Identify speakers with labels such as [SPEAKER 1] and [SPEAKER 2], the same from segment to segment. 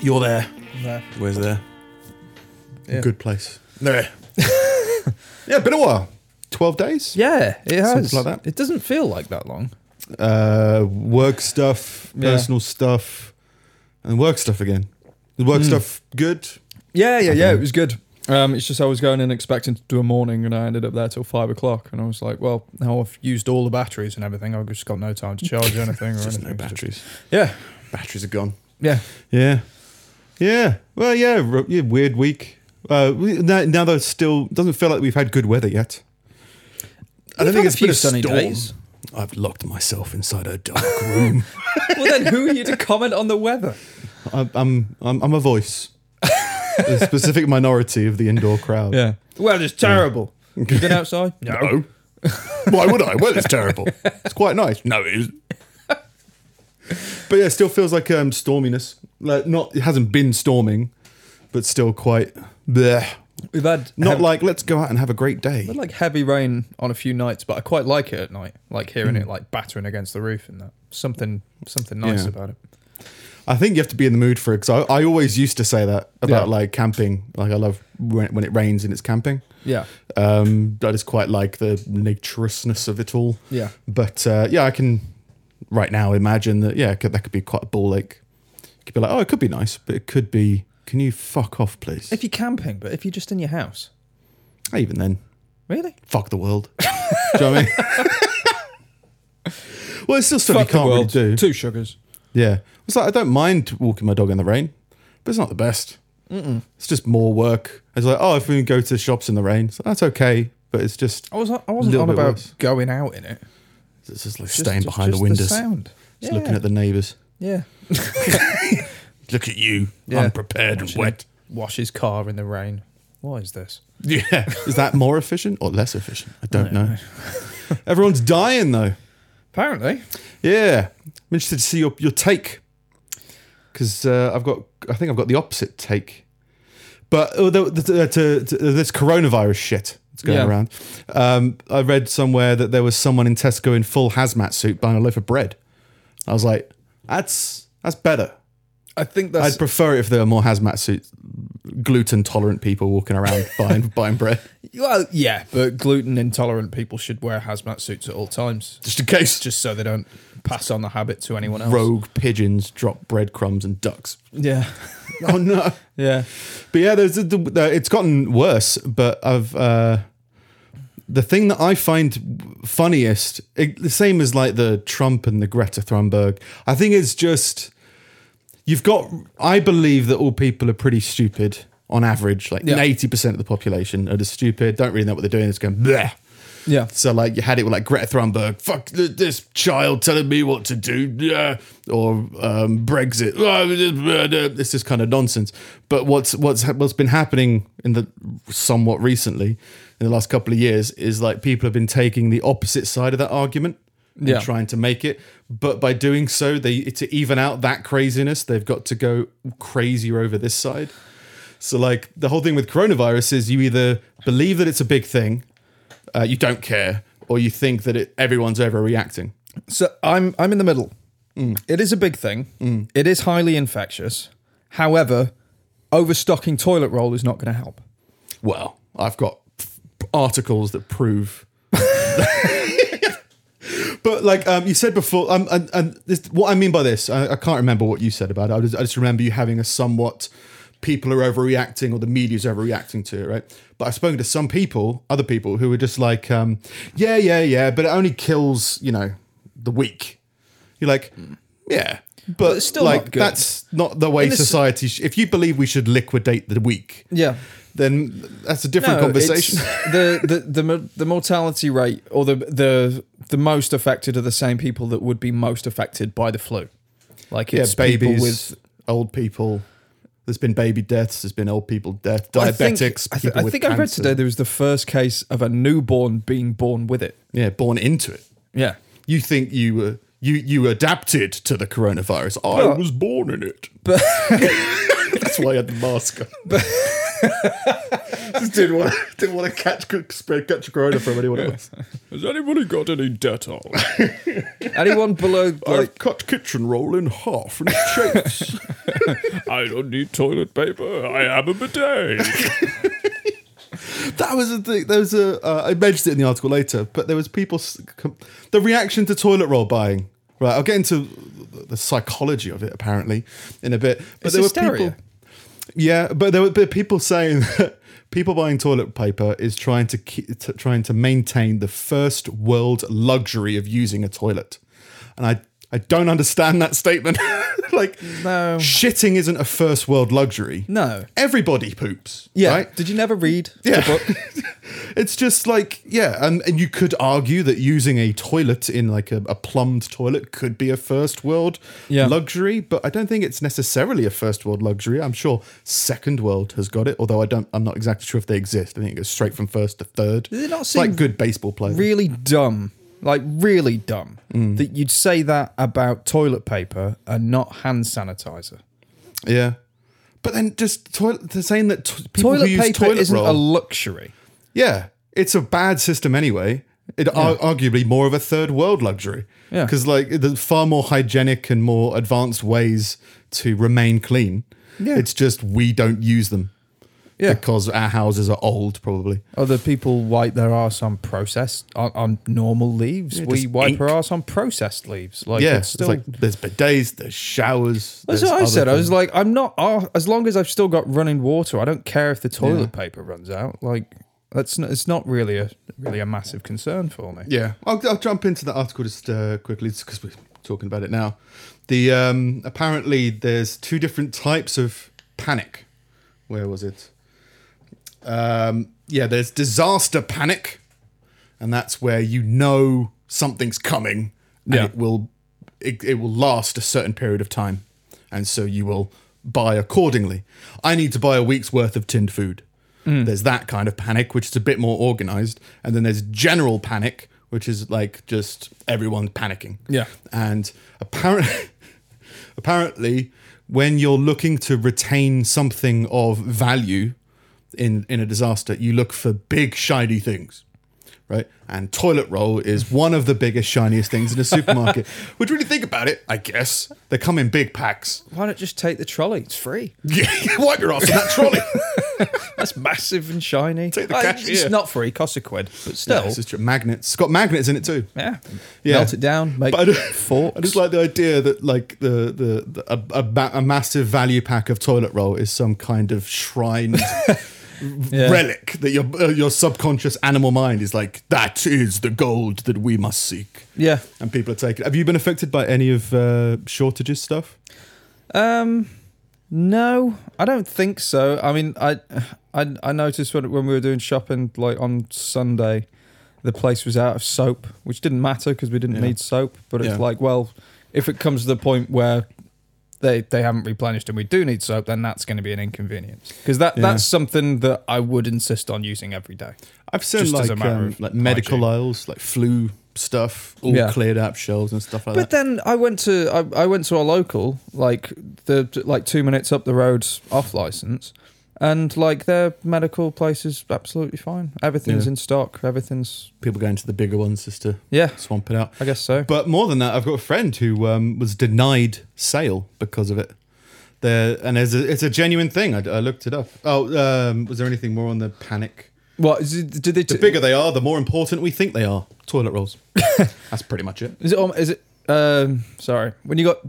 [SPEAKER 1] You're there.
[SPEAKER 2] No.
[SPEAKER 3] Where's there?
[SPEAKER 2] Yeah.
[SPEAKER 4] Good place. There. yeah, been a while. 12 days?
[SPEAKER 2] Yeah, it has.
[SPEAKER 4] like that.
[SPEAKER 2] It doesn't feel like that long.
[SPEAKER 4] Uh, work stuff,
[SPEAKER 2] Yeah.
[SPEAKER 4] personal stuff, and work stuff again. The
[SPEAKER 1] Hmm.
[SPEAKER 4] work stuff good?
[SPEAKER 2] Yeah, yeah, yeah.
[SPEAKER 4] Okay.
[SPEAKER 2] It was good. Um, it's just I was going in expecting to do a morning, and I ended up there till five o'clock. And I was like, "Well, now I've used all the batteries and everything. I've just got no time to charge anything or
[SPEAKER 4] There's
[SPEAKER 2] anything."
[SPEAKER 4] no
[SPEAKER 2] It's just-
[SPEAKER 4] batteries.
[SPEAKER 2] yeah,
[SPEAKER 4] Batteries are gone.
[SPEAKER 2] yeah.
[SPEAKER 4] Yeah. Yeah. Well, yeah, r- yeah weird week. Uh, we, now, now though, still doesn't feel like we've had good weather yet.
[SPEAKER 1] I don't
[SPEAKER 2] We've had
[SPEAKER 1] think it's
[SPEAKER 2] a few
[SPEAKER 1] been a
[SPEAKER 2] sunny
[SPEAKER 1] storm.
[SPEAKER 2] days.
[SPEAKER 1] I've locked myself inside a dark room.
[SPEAKER 2] Well, then who are you to comment on the weather?
[SPEAKER 4] I'm, I'm, I'm, I'm a voice. a specific minority of the indoor crowd.
[SPEAKER 2] Yeah. Well, it's terrible. You been outside?
[SPEAKER 1] no. Why would I? Well, it's terrible.
[SPEAKER 4] It's quite nice.
[SPEAKER 1] No, it is.
[SPEAKER 4] But yeah, it still feels like um, storminess. Like not, it hasn't been storming, but still quite. Bleh.
[SPEAKER 2] We've had
[SPEAKER 4] Not
[SPEAKER 2] hev-
[SPEAKER 4] like let's go out and have a great day.
[SPEAKER 2] we've had like heavy rain on a few nights, but I quite like it at night. Like hearing it like battering against the roof and that something something nice
[SPEAKER 4] Yeah.
[SPEAKER 2] about it.
[SPEAKER 4] I think you have to be in the mood for it because I, I always used to say that about
[SPEAKER 2] Yeah.
[SPEAKER 4] like camping. Like I love when, when it rains and it's camping.
[SPEAKER 2] Yeah,
[SPEAKER 4] Um, I just quite like the naturousness of it all.
[SPEAKER 2] yeah.
[SPEAKER 4] But uh, yeah, I can right now imagine that. Yeah, could, that could be quite a ball ache. You could be like, oh, it could be nice, but it could be. Can you fuck off, please?
[SPEAKER 2] If you're camping, but if you're just in your house,
[SPEAKER 4] Even then,
[SPEAKER 2] really?
[SPEAKER 4] fuck the world. do you know what I mean? well, it's still stuff you can't really do.
[SPEAKER 2] Two sugars.
[SPEAKER 4] Yeah, it's like I don't mind walking my dog in the rain, but it's not the best. It's just more work. It's like, oh, if we go to shops in the rain, it's like, that's okay. But it's just,
[SPEAKER 2] I was I wasn't
[SPEAKER 4] Little
[SPEAKER 2] on
[SPEAKER 4] bit
[SPEAKER 2] about
[SPEAKER 4] worse.
[SPEAKER 2] going out in it.
[SPEAKER 4] it's just like
[SPEAKER 2] Just-
[SPEAKER 4] staying
[SPEAKER 2] just-
[SPEAKER 4] behind
[SPEAKER 2] just
[SPEAKER 4] the windows,
[SPEAKER 2] sound.
[SPEAKER 4] just
[SPEAKER 2] yeah.
[SPEAKER 4] looking at the neighbours.
[SPEAKER 2] yeah.
[SPEAKER 1] Look at you,
[SPEAKER 2] Yeah.
[SPEAKER 1] unprepared and wet.
[SPEAKER 2] Wash his car in the rain. What is this?
[SPEAKER 1] Yeah.
[SPEAKER 4] Is that more efficient or less efficient? I don't know. Everyone's dying though.
[SPEAKER 2] Apparently,
[SPEAKER 4] Yeah, I'm interested to see your your take because uh, I've got I think I've got the opposite take. But oh, although to, to, to this coronavirus shit that's going
[SPEAKER 2] Yeah.
[SPEAKER 4] around, um, I read somewhere that there was someone in Tesco in full hazmat suit buying a loaf of bread. I was like, that's that's better.
[SPEAKER 2] I think that's
[SPEAKER 4] I'd prefer it if there were more hazmat suit, gluten tolerant people walking around buying buying bread.
[SPEAKER 2] well, yeah. But gluten intolerant people should wear hazmat suits at all times,
[SPEAKER 4] Just in case,
[SPEAKER 2] just so they don't pass on the habit to anyone else.
[SPEAKER 4] rogue pigeons drop breadcrumbs and ducks.
[SPEAKER 2] Yeah,
[SPEAKER 4] Oh no.
[SPEAKER 2] yeah.
[SPEAKER 4] But yeah, there's the, the, it's gotten worse. But I've uh, the thing that I find funniest, it, the same as like the Trump and the Greta Thunberg. I think it's just you've got. I believe that all people are pretty stupid on average. Like
[SPEAKER 2] Yeah.
[SPEAKER 4] eighty percent of the population are just stupid. Don't really know what they're doing. It's going bleh.
[SPEAKER 2] Yeah.
[SPEAKER 4] So like you had it with like Greta Thunberg, fuck th- this child telling me what to do, yeah. or um, Brexit. This is kind of nonsense. But what's what's ha- what's been happening in the somewhat recently in the last couple of years is like people have been taking the opposite side of that argument. and
[SPEAKER 2] Yeah.
[SPEAKER 4] trying to make it, but by doing so, they to even out that craziness, they've got to go crazier over this side. So, like the whole thing with coronavirus is you either believe that it's a big thing uh, you don't care, or you think that it, everyone's overreacting.
[SPEAKER 2] So I'm I'm in the middle. It is a big thing. It is highly infectious. However, overstocking toilet roll is not going to help.
[SPEAKER 4] Well, I've got f- articles that prove. but like um, you said before, um, and, and this, what I mean by this, I, I can't remember what you said about it. I just, I just remember you having a somewhat people are overreacting or the media's overreacting to it, right? But I've spoken to some people, other people who were just like, um, yeah, yeah, yeah, but it only kills, you know, the weak. You're like, Mm. yeah. But,
[SPEAKER 2] it's still
[SPEAKER 4] like
[SPEAKER 2] not good.
[SPEAKER 4] that's not the way
[SPEAKER 2] this-
[SPEAKER 4] society. Sh- if you believe we should liquidate the weak,
[SPEAKER 2] Yeah.
[SPEAKER 4] then that's a different conversation.
[SPEAKER 2] the, the the mo- the mortality rate or the the the most affected are the same people that would be most affected by the flu. Like
[SPEAKER 4] Yeah,
[SPEAKER 2] it's
[SPEAKER 4] babies,
[SPEAKER 2] people with
[SPEAKER 4] old people. There's been baby deaths. There's been old people death.
[SPEAKER 2] I think-
[SPEAKER 4] Diabetics.
[SPEAKER 2] I, think
[SPEAKER 4] people
[SPEAKER 2] I,
[SPEAKER 4] with
[SPEAKER 2] think I read
[SPEAKER 4] cancer.
[SPEAKER 2] today there was the first case of a newborn being born with it.
[SPEAKER 4] Yeah, born into it.
[SPEAKER 2] Yeah.
[SPEAKER 4] You think you were you you adapted to the coronavirus? I
[SPEAKER 2] But-
[SPEAKER 4] was born in it.
[SPEAKER 2] But
[SPEAKER 4] That's why I had the mask. on. just didn't want, didn't want to catch spread catch a corona from anyone else.
[SPEAKER 1] Has anybody got any Dettol?
[SPEAKER 2] Anyone below like
[SPEAKER 4] cut kitchen roll in half and shapes.
[SPEAKER 1] I don't need toilet paper. I am a bidet.
[SPEAKER 4] that was the thing. There was a uh, I mentioned it in the article later, but there was people s- com- the reaction to toilet roll buying. Right, I'll get into the psychology of it apparently in a bit.
[SPEAKER 1] It's
[SPEAKER 4] But there were
[SPEAKER 1] hysteria.
[SPEAKER 4] people. Yeah, but there were but people saying that people buying toilet paper is trying to, keep, to trying to maintain the first world luxury of using a toilet, and I I don't understand that statement. like,
[SPEAKER 2] No.
[SPEAKER 4] shitting isn't a first world luxury.
[SPEAKER 2] No.
[SPEAKER 4] everybody poops.
[SPEAKER 2] yeah.
[SPEAKER 4] right?
[SPEAKER 2] Did you never read?
[SPEAKER 4] Yeah. it's just like, yeah, and, and you could argue that using a toilet in like a, a plumbed toilet could be a first world
[SPEAKER 1] Yeah.
[SPEAKER 4] luxury, but I don't think it's necessarily a first world luxury. I'm sure second world has got it, although I don't I'm not exactly sure if they exist. I think it goes straight from first to third.
[SPEAKER 2] Does it not
[SPEAKER 4] It's like
[SPEAKER 2] seem
[SPEAKER 4] good baseball players.
[SPEAKER 2] Really dumb. Like really dumb that you'd say that about toilet paper and not hand sanitizer.
[SPEAKER 4] yeah. But then just toilet they're saying that t- people who
[SPEAKER 2] toilet
[SPEAKER 4] use
[SPEAKER 2] paper
[SPEAKER 4] toilet
[SPEAKER 2] isn't
[SPEAKER 4] roll,
[SPEAKER 2] a luxury.
[SPEAKER 4] Yeah, it's a bad system anyway. It ar- arguably more of a third world luxury.
[SPEAKER 2] Yeah.
[SPEAKER 4] because like there's far more hygienic and more advanced ways to remain clean.
[SPEAKER 2] Yeah.
[SPEAKER 4] it's just we don't use them.
[SPEAKER 2] Yeah.
[SPEAKER 4] because our houses are old, probably.
[SPEAKER 2] Other people wipe their arse on processed on, on normal leaves. we
[SPEAKER 4] just
[SPEAKER 2] wipe
[SPEAKER 4] ink.
[SPEAKER 2] our arse on processed leaves. Like
[SPEAKER 4] yeah,
[SPEAKER 2] it's
[SPEAKER 4] it's
[SPEAKER 2] still.
[SPEAKER 4] like there's bidets, there's showers.
[SPEAKER 2] that's
[SPEAKER 4] there's
[SPEAKER 2] what I
[SPEAKER 4] other
[SPEAKER 2] said. I
[SPEAKER 4] things.
[SPEAKER 2] was like, I'm not. ar as long as I've still got running water, I don't care if the toilet paper runs out. Like that's not, it's not really a really a massive concern for me.
[SPEAKER 4] Yeah, I'll, I'll jump into that article just uh, quickly because we're talking about it now. The um, apparently there's two different types of panic. Where was it? Um, yeah, there's disaster panic, and that's where you know something's coming and
[SPEAKER 1] Yeah.
[SPEAKER 4] it will it, it will last a certain period of time, and so you will buy accordingly. I need to buy a week's worth of tinned food.
[SPEAKER 1] Mm.
[SPEAKER 4] There's that kind of panic, which is a bit more organized, and then there's general panic, which is like just everyone panicking.
[SPEAKER 1] Yeah.
[SPEAKER 4] and apparently, apparently, when you're looking to retain something of value in in a disaster, you look for big shiny things right? And toilet roll is one of the biggest, shiniest things in a supermarket. Which, when you think about it, I guess they come in big packs.
[SPEAKER 2] Why not just take the trolley? It's free.
[SPEAKER 4] Yeah, wipe your ass with that trolley.
[SPEAKER 2] That's massive and shiny.
[SPEAKER 4] Take the
[SPEAKER 2] Like,
[SPEAKER 4] cash,
[SPEAKER 2] it's
[SPEAKER 4] yeah.
[SPEAKER 2] not free. Costs a quid, but still.
[SPEAKER 4] This is true. Magnets. It's got magnets in it too.
[SPEAKER 2] Yeah.
[SPEAKER 4] Yeah.
[SPEAKER 2] Melt it down, make
[SPEAKER 4] But I,
[SPEAKER 2] forks.
[SPEAKER 4] I just like the idea that like the the, the a, a, ma- a massive value pack of toilet roll is some kind of shrine relic that your uh, your subconscious animal mind is like that is the gold that we must seek.
[SPEAKER 2] yeah.
[SPEAKER 4] And people are taking. Have you been affected by any of uh, shortages stuff?
[SPEAKER 2] Um no, I don't think so. I mean, I I, I noticed when, when we were doing shopping like on Sunday, the place was out of soap, which didn't matter because we didn't
[SPEAKER 4] Yeah.
[SPEAKER 2] need soap, but it's
[SPEAKER 4] Yeah.
[SPEAKER 2] like, well, if it comes to the point where they, they haven't replenished and we do need soap, then that's going to be an inconvenience because that,
[SPEAKER 4] Yeah.
[SPEAKER 2] that's something that I would insist on using every day.
[SPEAKER 4] I've seen
[SPEAKER 2] Just as
[SPEAKER 4] like
[SPEAKER 2] a matter
[SPEAKER 4] um,
[SPEAKER 2] of
[SPEAKER 4] like medical
[SPEAKER 2] hygiene.
[SPEAKER 4] aisles, like flu stuff, all
[SPEAKER 2] Yeah.
[SPEAKER 4] cleared up shelves and stuff like
[SPEAKER 2] But
[SPEAKER 4] that.
[SPEAKER 2] then I went to I, I went to a local like the like two minutes up the road off license, and like their medical place is absolutely fine. Everything's
[SPEAKER 4] Yeah.
[SPEAKER 2] in stock. Everything's
[SPEAKER 4] People going to the bigger ones just to
[SPEAKER 2] yeah.
[SPEAKER 4] swamp it out.
[SPEAKER 2] I guess so.
[SPEAKER 4] But more than that, I've got a friend who um, was denied sale because of it. There and there's a, it's a genuine thing. I, I looked it up. Oh, um, was there anything more on the panic?
[SPEAKER 2] What is it, did they?
[SPEAKER 4] The bigger they are, the more important we think they are. Toilet rolls. That's pretty much it.
[SPEAKER 2] Is it? al- Is it? Um, sorry. When you got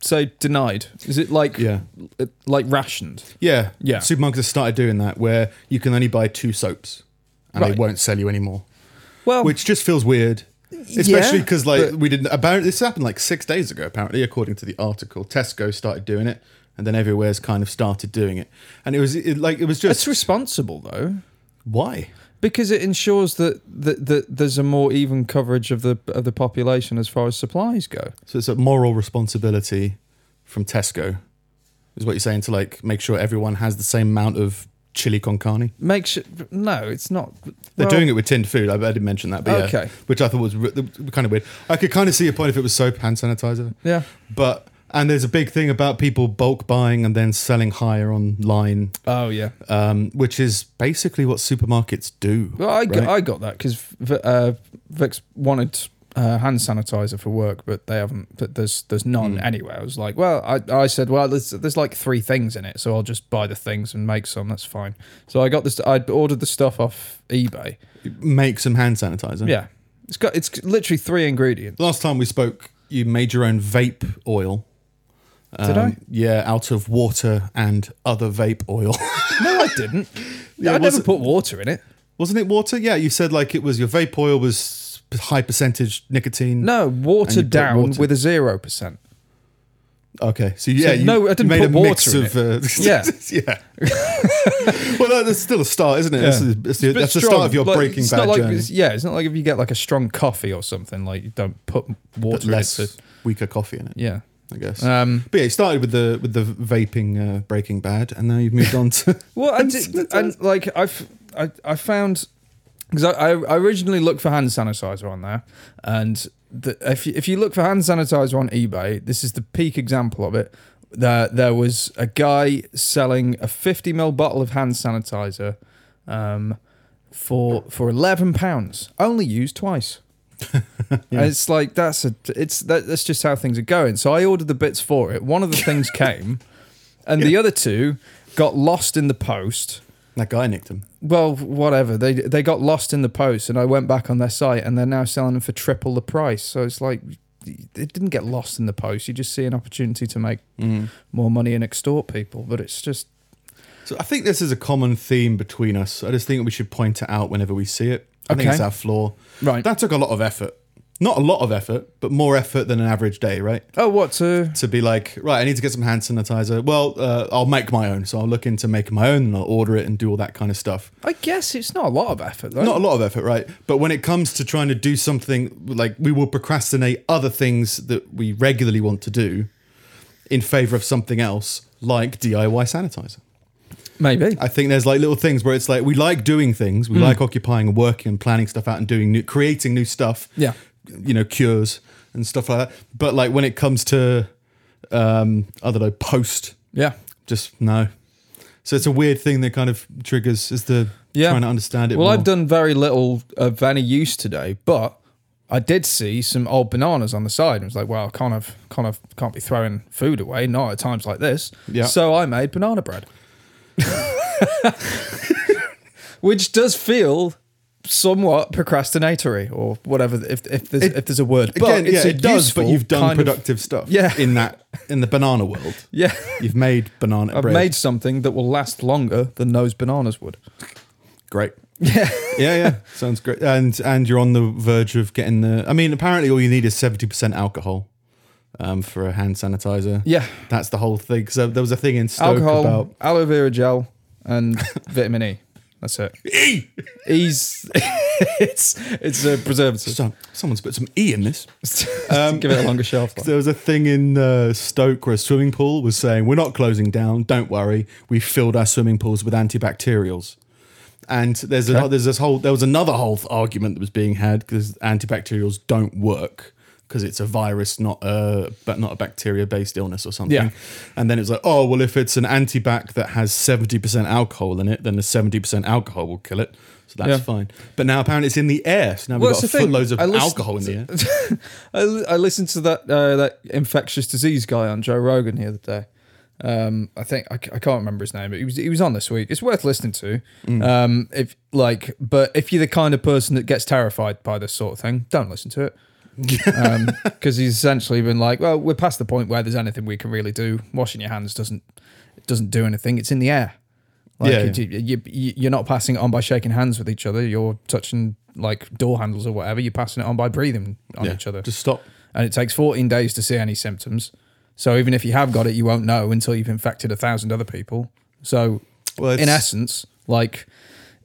[SPEAKER 2] say denied, is it like
[SPEAKER 4] Yeah.
[SPEAKER 2] uh, like rationed?
[SPEAKER 4] Yeah,
[SPEAKER 2] Yeah.
[SPEAKER 4] Supermarkets have started doing that, where you can only buy two soaps, and they
[SPEAKER 2] Right.
[SPEAKER 4] won't sell you anymore.
[SPEAKER 2] Well,
[SPEAKER 4] which just feels weird. Especially
[SPEAKER 2] Yeah,
[SPEAKER 4] because like
[SPEAKER 2] but-
[SPEAKER 4] we didn't about this happened like six days ago apparently according to the article Tesco started doing it and then everywhere's kind of started doing it and it was it, like it was just
[SPEAKER 2] it's responsible though.
[SPEAKER 4] why
[SPEAKER 2] Because it ensures that, that, that there's a more even coverage of the of the population as far as supplies go.
[SPEAKER 4] so it's a moral responsibility from Tesco is what you're saying to like make sure everyone has the same amount of chili con carne
[SPEAKER 2] Make sure. No, it's not.
[SPEAKER 4] they're doing it with tinned food I, I didn't mention that but yeah
[SPEAKER 2] Okay.
[SPEAKER 4] which I thought was re- kind of weird I could kind of see a point if it was soap hand sanitizer
[SPEAKER 2] Yeah.
[SPEAKER 4] but And there's a big thing about people bulk buying and then selling higher online,
[SPEAKER 2] Oh yeah.
[SPEAKER 4] um, which is basically what supermarkets do.
[SPEAKER 2] Well, I, got,
[SPEAKER 4] right?
[SPEAKER 2] I got that because uh, Vix wanted uh, hand sanitizer for work, but they haven't. But there's there's none
[SPEAKER 4] Hmm.
[SPEAKER 2] anywhere. I was like, well, I, I said, well, there's there's like three things in it, so I'll just buy the things and make some. That's fine. So I got this. I ordered the stuff off eBay.
[SPEAKER 4] Make some hand sanitizer.
[SPEAKER 2] Yeah, it's got it's literally three ingredients.
[SPEAKER 4] Last time we spoke, you made your own vape oil. Um,
[SPEAKER 2] Did I?
[SPEAKER 4] Yeah, out of water and other vape oil.
[SPEAKER 2] No, I didn't.
[SPEAKER 4] Yeah,
[SPEAKER 2] I never
[SPEAKER 4] wasn't-
[SPEAKER 2] put water in it.
[SPEAKER 4] Wasn't it water? Yeah, you said like it was your vape oil was high percentage nicotine.
[SPEAKER 2] No,
[SPEAKER 4] you
[SPEAKER 2] watered
[SPEAKER 4] put
[SPEAKER 2] down
[SPEAKER 4] water-
[SPEAKER 2] with a zero percent.
[SPEAKER 4] Okay, so yeah,
[SPEAKER 2] So
[SPEAKER 4] you,
[SPEAKER 2] no, I didn't
[SPEAKER 4] you made
[SPEAKER 2] put
[SPEAKER 4] a
[SPEAKER 2] water
[SPEAKER 4] mix
[SPEAKER 2] in
[SPEAKER 4] of uh,
[SPEAKER 2] Yeah.
[SPEAKER 4] yeah. well, that, that's still a start, isn't it? That's, the- that's the-
[SPEAKER 2] But
[SPEAKER 4] that's the
[SPEAKER 2] strong,
[SPEAKER 4] start of your
[SPEAKER 2] like,
[SPEAKER 4] Breaking
[SPEAKER 2] it's
[SPEAKER 4] Bad
[SPEAKER 2] not like,
[SPEAKER 4] journey.
[SPEAKER 2] it's- Yeah, it's not like if you get like a strong coffee or something, like you don't put
[SPEAKER 4] But
[SPEAKER 2] water in it.
[SPEAKER 4] less
[SPEAKER 2] to-
[SPEAKER 4] weaker coffee in it,
[SPEAKER 2] Yeah.
[SPEAKER 4] I guess.
[SPEAKER 2] Um,
[SPEAKER 4] but yeah, you started with the with the vaping uh, Breaking Bad, and now you've moved on to
[SPEAKER 2] well, I did, and like I've I, I found because I, I I originally looked for hand sanitizer on there, and the, if you, if you look for hand sanitizer on eBay, this is the peak example of it. There there was a guy selling a fifty ml bottle of hand sanitizer, um, for for eleven pounds, only used twice. And It's like that's a it's that, that's just how things are going. So I ordered the bits for it. One of the things came, and the other two got lost in the post.
[SPEAKER 4] that guy nicked him.
[SPEAKER 2] Well, whatever they they got lost in the post, and I went back on their site, and they're now selling them for triple the price. So it's like it didn't get lost in the post. You just see an opportunity to make
[SPEAKER 4] Mm.
[SPEAKER 2] more money and extort people, but it's just
[SPEAKER 4] So I think this is a common theme between us. I just think we should point it out whenever we see it. I think
[SPEAKER 2] Okay.
[SPEAKER 4] it's our flaw.
[SPEAKER 2] Right.
[SPEAKER 4] That took a lot of effort. Not a lot of effort, but more effort than an average day, right?
[SPEAKER 2] oh what to
[SPEAKER 4] To be like, right, I need to get some hand sanitizer. Well, uh, I'll make my own. So I'll look into making my own and I'll order it and do all that kind of stuff.
[SPEAKER 2] I guess it's not a lot of effort though.
[SPEAKER 4] Not a lot of effort, right? But when it comes to trying to do something, like we will procrastinate other things that we regularly want to do in favor of something else, like DIY sanitizer.
[SPEAKER 2] Maybe
[SPEAKER 4] I think there's like little things where it's like we like doing things, we
[SPEAKER 2] Mm.
[SPEAKER 4] like occupying and working and planning stuff out and doing new, creating new stuff.
[SPEAKER 2] Yeah.
[SPEAKER 4] you know, cures and stuff like that. But like when it comes to, um, I don't know, post,
[SPEAKER 2] yeah.
[SPEAKER 4] just no. So it's a weird thing that kind of triggers is the
[SPEAKER 2] Yeah.
[SPEAKER 4] trying to understand it.
[SPEAKER 2] Well,
[SPEAKER 4] more.
[SPEAKER 2] I've done very little uh, of any use today, but I did see some old bananas on the side. and was like, well, I can't have, can't have, can't be throwing food away, not at times like this.
[SPEAKER 4] Yeah.
[SPEAKER 2] So I made banana bread, which does feel somewhat procrastinatory or whatever. If, if there's if there's a word, but
[SPEAKER 4] Again,
[SPEAKER 2] it's
[SPEAKER 4] yeah,
[SPEAKER 2] a
[SPEAKER 4] it does, but
[SPEAKER 2] useful
[SPEAKER 4] you've done
[SPEAKER 2] kind of-
[SPEAKER 4] productive stuff.
[SPEAKER 2] Yeah.
[SPEAKER 4] in that in the banana world,
[SPEAKER 2] yeah,
[SPEAKER 4] you've made banana
[SPEAKER 2] I've
[SPEAKER 4] bread.
[SPEAKER 2] made something that will last longer than those bananas would.
[SPEAKER 4] great. Yeah, yeah, yeah. Sounds great. And and you're on the verge of getting the. I mean, apparently all you need is seventy percent alcohol, um, for a hand sanitizer.
[SPEAKER 2] Yeah.
[SPEAKER 4] that's the whole thing. So there was a thing in Stoke
[SPEAKER 2] alcohol,
[SPEAKER 4] about
[SPEAKER 2] aloe vera gel, and vitamin E. That's it. E. E's. it's it's a preservative.
[SPEAKER 4] Some- someone's put some e in this. Um,
[SPEAKER 2] Give it a longer shelf life.
[SPEAKER 4] There was a thing in uh, Stoke where a swimming pool was saying, "We're not closing down. Don't worry. We filled our swimming pools with antibacterials." And there's a, there's this whole there was another whole argument that was being had because antibacterials don't work because it's a virus, not a but not a bacteria based illness or something.
[SPEAKER 2] Yeah.
[SPEAKER 4] And then it's like, oh well, if it's an antibac that has seventy percent alcohol in it, then the seventy percent alcohol will kill it. So that's
[SPEAKER 2] Yeah.
[SPEAKER 4] fine. But now apparently it's in the air. So now we've
[SPEAKER 2] Well,
[SPEAKER 4] got
[SPEAKER 2] that's the thing.
[SPEAKER 4] loads of
[SPEAKER 2] I listened-
[SPEAKER 4] alcohol in the air.
[SPEAKER 2] I, li- I listened to that uh, that infectious disease guy on Joe Rogan the other day. Um, I think I, c- I can't remember his name, but he was he was on this week. It's worth listening to.
[SPEAKER 4] Mm.
[SPEAKER 2] Um, if like, but if you're the kind of person that gets terrified by this sort of thing, don't listen to it. because Um, he's essentially been like, well, we're past the point where there's anything we can really do. Washing your hands doesn't it doesn't do anything. It's in the air. Like
[SPEAKER 4] Yeah.
[SPEAKER 2] it- you, you, you're not passing it on by shaking hands with each other. You're touching like door handles or whatever. You're passing it on by breathing on
[SPEAKER 4] Yeah.
[SPEAKER 2] each other.
[SPEAKER 4] Just stop.
[SPEAKER 2] and it takes 14 days to see any symptoms. So even if you have got it, you won't know until you've infected a thousand other people. So
[SPEAKER 4] Well,
[SPEAKER 2] in
[SPEAKER 4] it's-
[SPEAKER 2] essence, like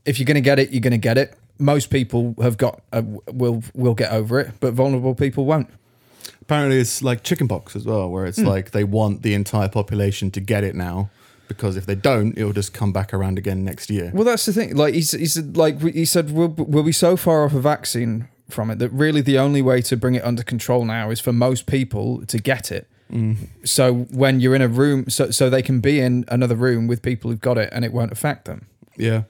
[SPEAKER 2] if you're going to get it, you're going to get it. Most people have got uh, will will get over it, but vulnerable people won't.
[SPEAKER 4] Apparently, it's like chickenpox as well, where it's like they want the entire population to get it now because if they don't, it'll just come back around again next year.
[SPEAKER 2] Well, that's the thing. Like he, s- he said, like we- he said, we'll, we'll be so far off a vaccine from it that really the only way to bring it under control now is for most people to get it.
[SPEAKER 4] Mm.
[SPEAKER 2] So when you're in a room, so so they can be in another room with people who've got it, and it won't affect them.
[SPEAKER 4] Yeah.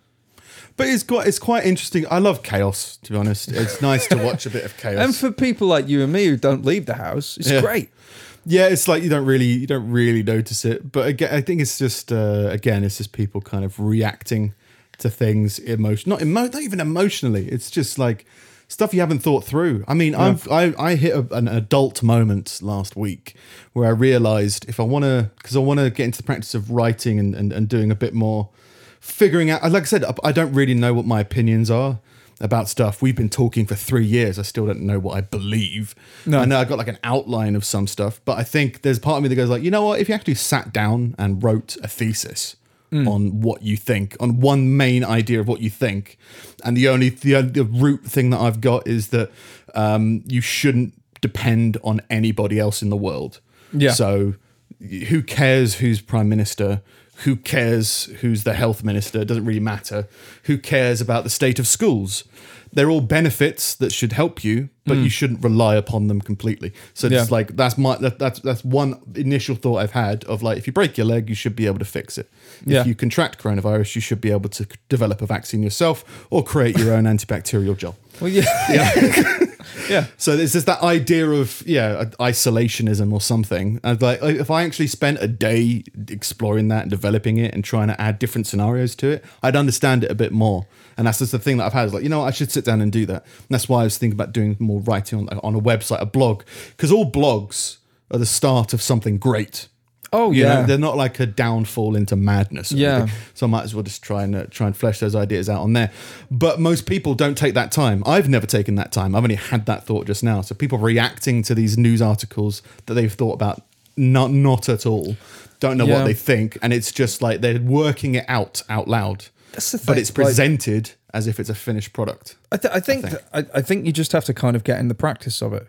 [SPEAKER 4] But it's quite it's quite interesting. I love chaos, to be honest. It's nice to watch a bit of chaos.
[SPEAKER 2] And for people like you and me who don't leave the house, it's
[SPEAKER 4] Yeah.
[SPEAKER 2] great.
[SPEAKER 4] yeah, it's like you don't really you don't really notice it. But again, I think it's just uh, again, it's just people kind of reacting to things emotion not emo- not even emotionally. It's just like stuff you haven't thought through. I mean, I've I, I hit a, an adult moment last week where I realized if I want to because I want to get into the practice of writing and, and and doing a bit more figuring out like I said I- I don't really know what my opinions are about stuff. We've been talking for 3 years. I still don't know what I believe. No. I know I got like an outline of some stuff, but I think there's part of me that goes like, "You know what? If you actually sat down and wrote a thesis on what you think, on one main idea of what you think, and the only the, the root thing that I've got is that um, you shouldn't depend on anybody else in the world."
[SPEAKER 2] Yeah.
[SPEAKER 4] So who cares who's prime minister? Who cares who's the health minister? It doesn't really matter. Who cares about the state of schools? They're all benefits that should help you, but you shouldn't rely upon them completely. So
[SPEAKER 2] Hmm.
[SPEAKER 4] it's
[SPEAKER 2] Yeah.
[SPEAKER 4] like that's my that, that's that's one initial thought I've had of like if you break your leg, you should be able to fix it. If
[SPEAKER 2] Yeah.
[SPEAKER 4] you contract coronavirus, you should be able to c- develop a vaccine yourself or create your own antibacterial gel.
[SPEAKER 2] Well, yeah, yeah,
[SPEAKER 4] So there's just that idea of yeah uh, isolationism or something. And like uh, if I actually spent a day exploring that and developing it and trying to add different scenarios to it, I'd understand it a bit more. And that's just the thing that I've had is like you know what, I should sit down and do that. And that's why I was thinking about doing more writing on, on a website, a blog, because all blogs are the start of something great.
[SPEAKER 2] Oh,
[SPEAKER 4] You
[SPEAKER 2] yeah.
[SPEAKER 4] they're not like a downfall into madness. or
[SPEAKER 2] Yeah.
[SPEAKER 4] anything. So I might as well just try and uh, try and flesh those ideas out on there. But most people don't take that time. I've never taken that time. I've only had that thought just now. So people reacting to these news articles that they've thought about not not at all. Don't know what
[SPEAKER 2] Yeah.
[SPEAKER 4] they think, and it's just like they're working it out out loud.
[SPEAKER 2] That's the
[SPEAKER 4] But
[SPEAKER 2] thing,
[SPEAKER 4] it's
[SPEAKER 2] like-
[SPEAKER 4] presented as if it's a finished product.
[SPEAKER 2] I, th- I think th- I, I think you just have to kind of get in the practice of it.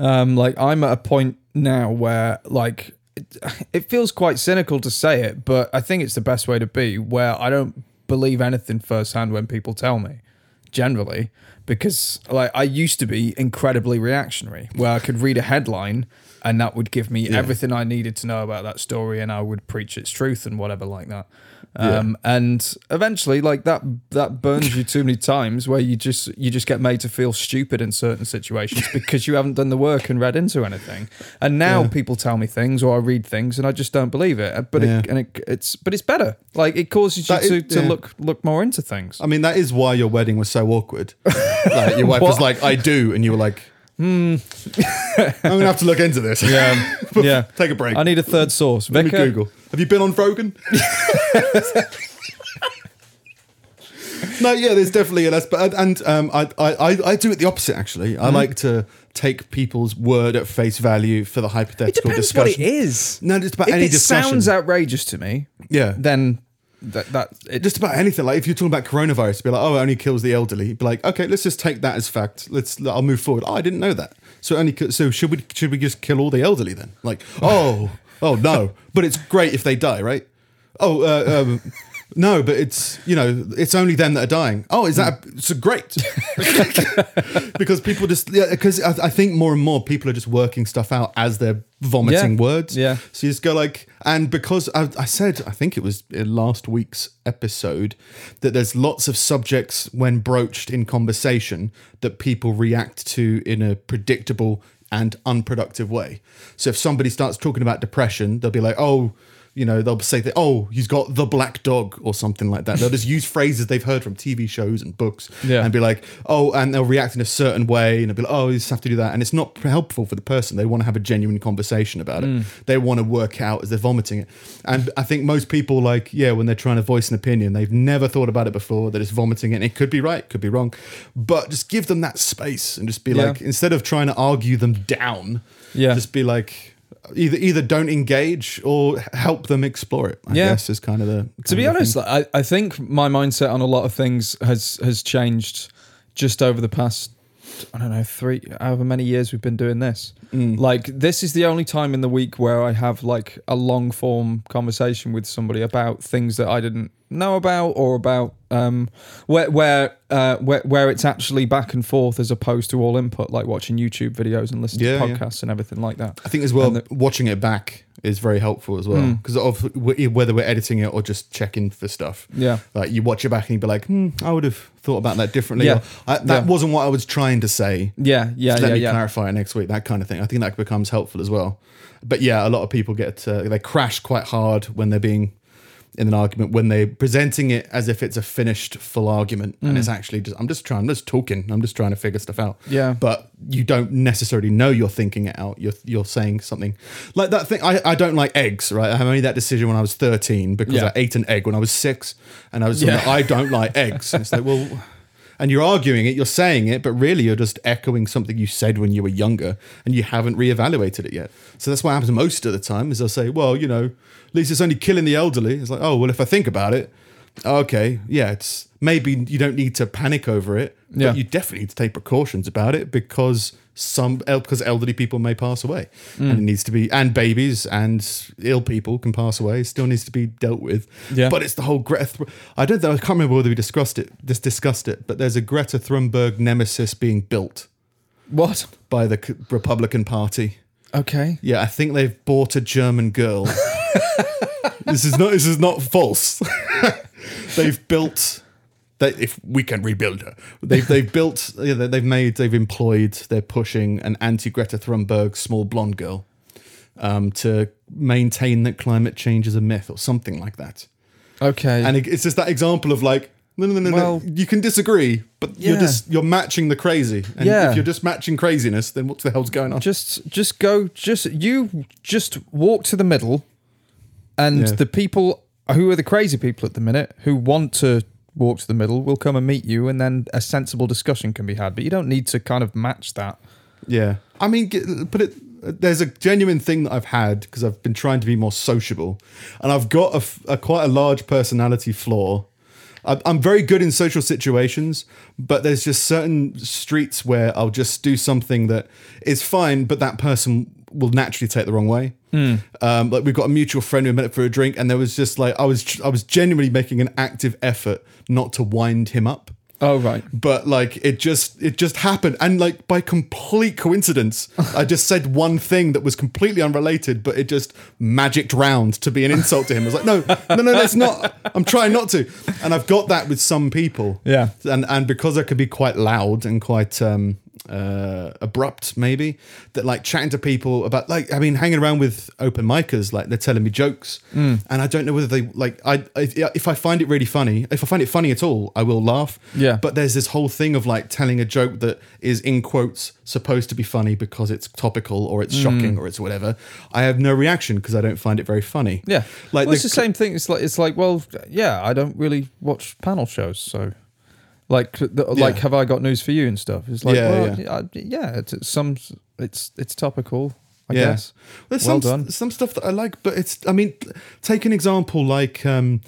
[SPEAKER 2] Um, like I'm at a point now where like it, it feels quite cynical to say it, but I think it's the best way to be. Where I don't believe anything firsthand when people tell me, generally, because like I used to be incredibly reactionary, where I could read a headline and that would give me everything I needed to know about that story, and I would preach its truth and whatever like that. Um, and eventually, like that, that burns you too many times where you just you just get made to feel stupid in certain situations because you haven't done the work and read into anything. And now people tell me things or I read things and I just don't believe it. Uh, But
[SPEAKER 4] Yeah.
[SPEAKER 2] it, and it, it's but it's better. Like it causes you
[SPEAKER 4] That
[SPEAKER 2] to,
[SPEAKER 4] is-
[SPEAKER 2] to
[SPEAKER 4] yeah.
[SPEAKER 2] look look more into things.
[SPEAKER 4] I mean, that is why your wedding was so awkward. like your wife was like, "I do," and you were like, "I'm gonna have to look into this."
[SPEAKER 2] Hmm. Yeah, yeah.
[SPEAKER 4] Take a break.
[SPEAKER 2] I need a third source.
[SPEAKER 4] Let me
[SPEAKER 2] Vicar,
[SPEAKER 4] Google. Have you been on Rogan? no, yeah, there's definitely an aspect, and um, I, I, I- I do it the opposite actually.
[SPEAKER 2] Mm-hmm.
[SPEAKER 4] I like to take people's word at face value for the
[SPEAKER 2] It
[SPEAKER 4] hypothetical
[SPEAKER 2] depends
[SPEAKER 4] discussion.
[SPEAKER 2] what it is.
[SPEAKER 4] No, just about
[SPEAKER 2] if
[SPEAKER 4] any
[SPEAKER 2] it
[SPEAKER 4] discussion.
[SPEAKER 2] sounds outrageous to me,
[SPEAKER 4] yeah,
[SPEAKER 2] then that that it
[SPEAKER 4] just about anything. Like if you're talking about coronavirus, be like, oh, it only kills the elderly. Be like, okay, let's just take that as fact. Let's, I'll move forward. Oh, I didn't know that. So it only, ki- so should we, should we just kill all the elderly then? Like, oh, oh no, but it's great if they die, right? Oh, uh, um, no, but it's you know, it's only them that are dying. Oh, is that so great? because people just yeah, because I, I think more and more people are just working stuff out as they're vomiting
[SPEAKER 2] Yeah.
[SPEAKER 4] words.
[SPEAKER 2] Yeah.
[SPEAKER 4] So you just go like, and because I, I said, I think it was in last week's episode, that there's lots of subjects when broached in conversation that people react to in a predictable and unproductive way. So if somebody starts talking about depression, they'll be like, oh, you know, they'll say that, oh, he's got the black dog or something like that. They'll just use phrases they've heard from TV shows and books
[SPEAKER 2] Yeah.
[SPEAKER 4] and be like, oh, and they'll react in a certain way, and they'll be like, oh, you just have to do that, and it's not helpful for the person. They want to have a genuine conversation about it.
[SPEAKER 2] Mm.
[SPEAKER 4] They want to work out as they're vomiting it, and I think most people, like, yeah, when they're trying to voice an opinion, they've never thought about it before. They're just vomiting it, and it could be right, could be wrong, but just give them that space and just be
[SPEAKER 2] Yeah.
[SPEAKER 4] like, instead of trying to argue them down,
[SPEAKER 2] Yeah.
[SPEAKER 4] just be like. Either either don't engage or help them explore it. I
[SPEAKER 2] Yeah.
[SPEAKER 4] guess is kind of the.
[SPEAKER 2] to
[SPEAKER 4] kind
[SPEAKER 2] be
[SPEAKER 4] of the
[SPEAKER 2] honest, like, I, I think my mindset on a lot of things has has changed just over the past I don't know three however many years we've been doing this.
[SPEAKER 4] Mm.
[SPEAKER 2] Like this is the only time in the week where I have like a long form conversation with somebody about things that I didn't know about, or about um, where where uh, where where it's actually back and forth as opposed to all input, like watching YouTube videos and listening
[SPEAKER 4] Yeah,
[SPEAKER 2] to
[SPEAKER 4] yeah.
[SPEAKER 2] podcasts and everything like that.
[SPEAKER 4] I think as well,
[SPEAKER 2] And the- Mm.
[SPEAKER 4] watching it back is very helpful as well because of w- whether we're editing it or just checking for stuff.
[SPEAKER 2] Yeah.
[SPEAKER 4] like you watch it back and you'd be like, hmm, I would have thought about that differently.
[SPEAKER 2] Yeah.
[SPEAKER 4] Or, I, that
[SPEAKER 2] Yeah.
[SPEAKER 4] wasn't what I was trying to say.
[SPEAKER 2] Yeah, yeah,
[SPEAKER 4] Just
[SPEAKER 2] yeah,
[SPEAKER 4] let me
[SPEAKER 2] yeah.
[SPEAKER 4] clarify it next week. That kind of thing. I think that becomes helpful as well. But yeah, a lot of people get uh, they crash quite hard when they're being in an argument when they're presenting it as if it's a finished full argument
[SPEAKER 2] Mm.
[SPEAKER 4] and it's actually just I'm just trying I'm just talking I'm just trying to figure stuff out.
[SPEAKER 2] Yeah.
[SPEAKER 4] But you don't necessarily know you're thinking it out. You're you're saying something like that thing. I, I don't like eggs. Right. I made that decision when I was 13 because
[SPEAKER 2] Yeah.
[SPEAKER 4] I ate an egg when I was six and I was like,
[SPEAKER 2] Yeah.
[SPEAKER 4] I don't like eggs. And it's like well. And you're arguing it, you're saying it, but really you're just echoing something you said when you were younger and you haven't reevaluated it yet. So that's what happens most of the time is they'll say, well, you know, at least it's only killing the elderly. It's like, oh, well, if I think about it, okay, yeah, it's maybe you don't need to panic over it,
[SPEAKER 2] Yeah.
[SPEAKER 4] but you definitely need to take precautions about it because some el- because elderly people may pass away and it needs to be and babies and ill people can pass away it still needs to be dealt with
[SPEAKER 2] Yeah.
[SPEAKER 4] but it's the whole Greta. Thru- I don't know. I can't remember whether we discussed it. Just discussed it. But there's a Greta Thunberg nemesis being built
[SPEAKER 2] What?
[SPEAKER 4] by the C- Republican Party.
[SPEAKER 2] Okay.
[SPEAKER 4] Yeah, I think they've bought a German girl. this is not. This is not false. they've built. They, if we can rebuild her, they've they've built. Yeah, they- they've made. They've employed. They're pushing an anti Greta Thunberg small blonde girl um, to maintain that climate change is a myth or something like that.
[SPEAKER 2] Okay.
[SPEAKER 4] And it- it's just that example of like, no, no, no, no.
[SPEAKER 2] Well-
[SPEAKER 4] no. You can disagree, but you're
[SPEAKER 2] Yeah.
[SPEAKER 4] just you're matching the crazy. And
[SPEAKER 2] Yeah.
[SPEAKER 4] if you're just matching craziness, then what the hell's going on?
[SPEAKER 2] just just go just you just walk to the middle and
[SPEAKER 4] Yeah.
[SPEAKER 2] the people who are the crazy people at the minute who want to walk to the middle will come and meet you and then a sensible discussion can be had but you don't need to kind of match that
[SPEAKER 4] Yeah. I mean, get- put it. There's a genuine thing that I've had because I've been trying to be more sociable, and I've got a, f- a quite a large personality flaw. I- I'm very good in social situations, but there's just certain streets where I'll just do something that is fine, but that person will naturally take the wrong way. Um, like we've got a mutual friend who met up for a drink, and there was just like I was I was genuinely making an active effort not to wind him up
[SPEAKER 2] oh right
[SPEAKER 4] but like it just it just happened and like by complete coincidence i just said one thing that was completely unrelated but it just magicked round to be an insult to him i was like no no no that's not i'm trying not to and i've got that with some people
[SPEAKER 2] Yeah.
[SPEAKER 4] and and because i can be quite loud and quite um uh abrupt maybe that like chatting to people about like i mean hanging around with open micers like they're telling me jokes
[SPEAKER 2] Mm.
[SPEAKER 4] and i don't know whether they like i if, if i find it really funny if i find it funny at all i will laugh
[SPEAKER 2] Yeah.
[SPEAKER 4] but there's this whole thing of like telling a joke that is in quotes supposed to be funny because it's topical or
[SPEAKER 2] Mm.
[SPEAKER 4] it's shocking or it's whatever. I have no reaction because I don't find it very funny.
[SPEAKER 2] yeah
[SPEAKER 4] Like
[SPEAKER 2] well, it's
[SPEAKER 4] the-
[SPEAKER 2] the same thing it's like it's like well yeah i don't really watch panel shows so like the, like
[SPEAKER 4] Yeah.
[SPEAKER 2] have i got news for you and stuff it's like
[SPEAKER 4] Yeah,
[SPEAKER 2] well,
[SPEAKER 4] yeah.
[SPEAKER 2] yeah, I- yeah it's, it's some it's it's topical i
[SPEAKER 4] Yeah.
[SPEAKER 2] guess
[SPEAKER 4] There's
[SPEAKER 2] well
[SPEAKER 4] some
[SPEAKER 2] done
[SPEAKER 4] some stuff that I like, but it's I mean, take an example like um,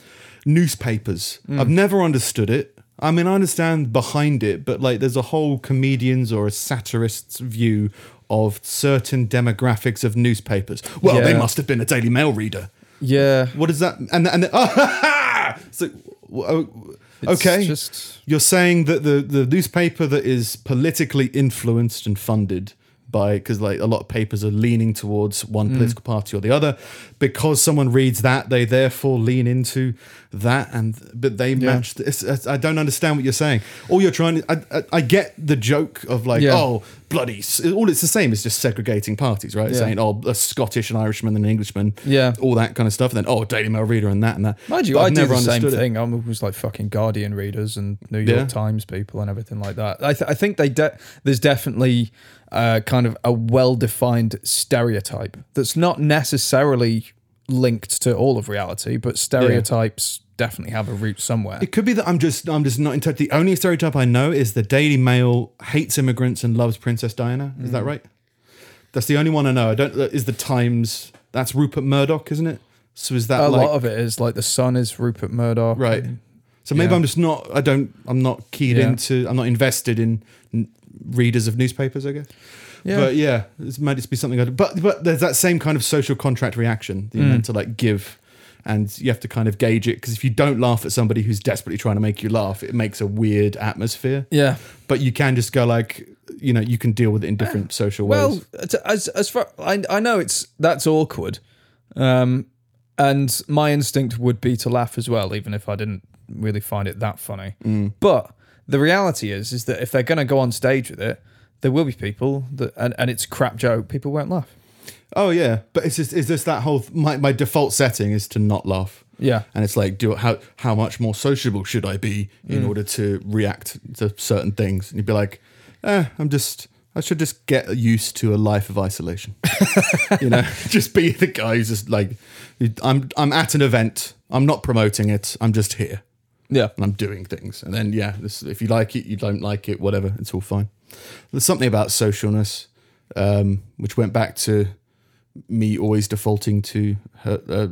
[SPEAKER 4] newspapers.
[SPEAKER 2] Mm.
[SPEAKER 4] I've never understood it. I mean, I understand behind it, but like there's a whole comedian's or a satirist's view of certain demographics of newspapers. Well, they
[SPEAKER 2] Yeah.
[SPEAKER 4] must have been a Daily Mail reader.
[SPEAKER 2] yeah
[SPEAKER 4] What is that? And and oh, so w- oh,
[SPEAKER 2] It's
[SPEAKER 4] okay,
[SPEAKER 2] just-
[SPEAKER 4] you're saying that the the newspaper that is politically influenced and funded by because like a lot of papers are leaning towards
[SPEAKER 2] Mm.
[SPEAKER 4] one political party or the other because someone reads that they therefore lean into that and but they match this it's, i don't understand what you're saying all you're trying to I, I, I get the joke of like
[SPEAKER 2] Yeah.
[SPEAKER 4] oh bloody s- all it's the same is just segregating parties right
[SPEAKER 2] Yeah.
[SPEAKER 4] saying oh a scottish an irishman and an englishman
[SPEAKER 2] Yeah.
[SPEAKER 4] all that kind of stuff. And then oh, Daily Mail reader and that and that.
[SPEAKER 2] Mind you,
[SPEAKER 4] But
[SPEAKER 2] I do the same
[SPEAKER 4] understood it.
[SPEAKER 2] thing. I'm always like fucking Guardian readers and New York
[SPEAKER 4] Yeah.
[SPEAKER 2] Times people and everything like that. I, th- I think they de- there's definitely uh, kind of a well-defined stereotype that's not necessarily linked to all of reality, but stereotypes definitely have a root somewhere.
[SPEAKER 4] It could be that I'm just I'm just not in touch. The only stereotype I know is the Daily Mail hates immigrants and loves Princess Diana. Is
[SPEAKER 2] Mm.
[SPEAKER 4] that right? That's the only one I know. I don't. Is the Times? That's Rupert Murdoch, isn't it? So is that
[SPEAKER 2] a
[SPEAKER 4] like
[SPEAKER 2] lot of it is like the sun is Rupert Murdoch,
[SPEAKER 4] right? So maybe
[SPEAKER 2] Yeah.
[SPEAKER 4] I'm just not. I don't. I'm not keyed
[SPEAKER 2] Yeah.
[SPEAKER 4] into. I'm not invested in n- readers of newspapers. I guess.
[SPEAKER 2] Yeah.
[SPEAKER 4] But yeah,
[SPEAKER 2] Mm.
[SPEAKER 4] it might just be something. I'd, but but there's that same kind of social contract reaction that you're meant to like give and you have to kind of gauge it because if you don't laugh at somebody who's desperately trying to make you laugh, it makes a weird atmosphere.
[SPEAKER 2] Yeah.
[SPEAKER 4] But you can just go like, you know, you can deal with it in different social
[SPEAKER 2] Well,
[SPEAKER 4] ways.
[SPEAKER 2] t- as as far I I know it's that's awkward, um, and my instinct would be to laugh as well, even if I didn't really find it that funny.
[SPEAKER 4] Mm.
[SPEAKER 2] But the reality is, is that if they're going to go on stage with it, there will be people that, and, and it's a crap joke. People won't laugh.
[SPEAKER 4] Oh yeah, but it's just is this that whole my my default setting is to not laugh.
[SPEAKER 2] Yeah,
[SPEAKER 4] and it's like do how how much more sociable should I be in order to react to certain things? And you'd be like, eh, I'm just I should just get used to a life of isolation. you know, just be the guy who's just like, I'm I'm at an event. I'm not promoting it. I'm just here
[SPEAKER 2] yeah.
[SPEAKER 4] and I'm doing things. And then yeah, this, if you like it, you don't like it, whatever. It's all fine. There's something about socialness, um, which went back to me always defaulting to her, uh,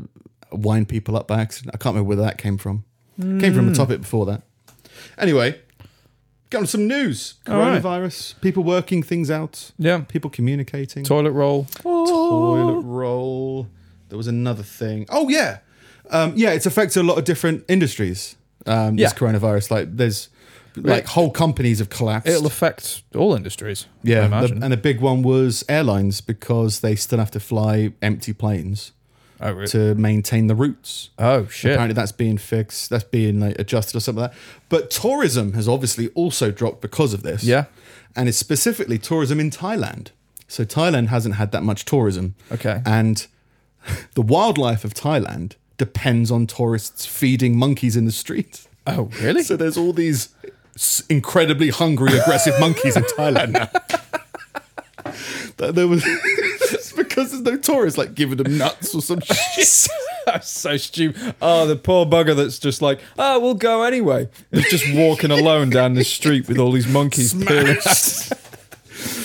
[SPEAKER 4] wind people up by accident. I can't remember where that came from. Came
[SPEAKER 2] Hmm.
[SPEAKER 4] from a topic before that. Anyway, got on some news.
[SPEAKER 2] All right.
[SPEAKER 4] Coronavirus. People working things out.
[SPEAKER 2] Yeah.
[SPEAKER 4] People communicating
[SPEAKER 2] Toilet roll. Oh.
[SPEAKER 4] toilet roll. There was another thing. Oh yeah, um, yeah. It's affected a lot of different industries. Um, This
[SPEAKER 2] Yeah.
[SPEAKER 4] coronavirus, like there's like whole companies have collapsed.
[SPEAKER 2] It'll affect all industries.
[SPEAKER 4] yeah,
[SPEAKER 2] I
[SPEAKER 4] the-
[SPEAKER 2] imagine.
[SPEAKER 4] and a big one was airlines because they still have to fly empty planes
[SPEAKER 2] oh, re-
[SPEAKER 4] to maintain the routes.
[SPEAKER 2] oh shit.
[SPEAKER 4] Apparently, that's being fixed. That's being like adjusted or something like that. But tourism has obviously also dropped because of this.
[SPEAKER 2] Yeah.
[SPEAKER 4] and it's specifically tourism in Thailand. So Thailand hasn't had that much tourism.
[SPEAKER 2] Okay.
[SPEAKER 4] and the wildlife of Thailand depends on tourists feeding monkeys in the street.
[SPEAKER 2] Oh really?
[SPEAKER 4] So there's all these s- incredibly hungry, aggressive monkeys in Thailand now. That there was it's because there's no tourists like giving them nuts or some shit.
[SPEAKER 2] That's so stupid. Oh, the poor bugger that's just like, oh, we'll go anyway. It's just walking alone down the street with all these monkeys. peering.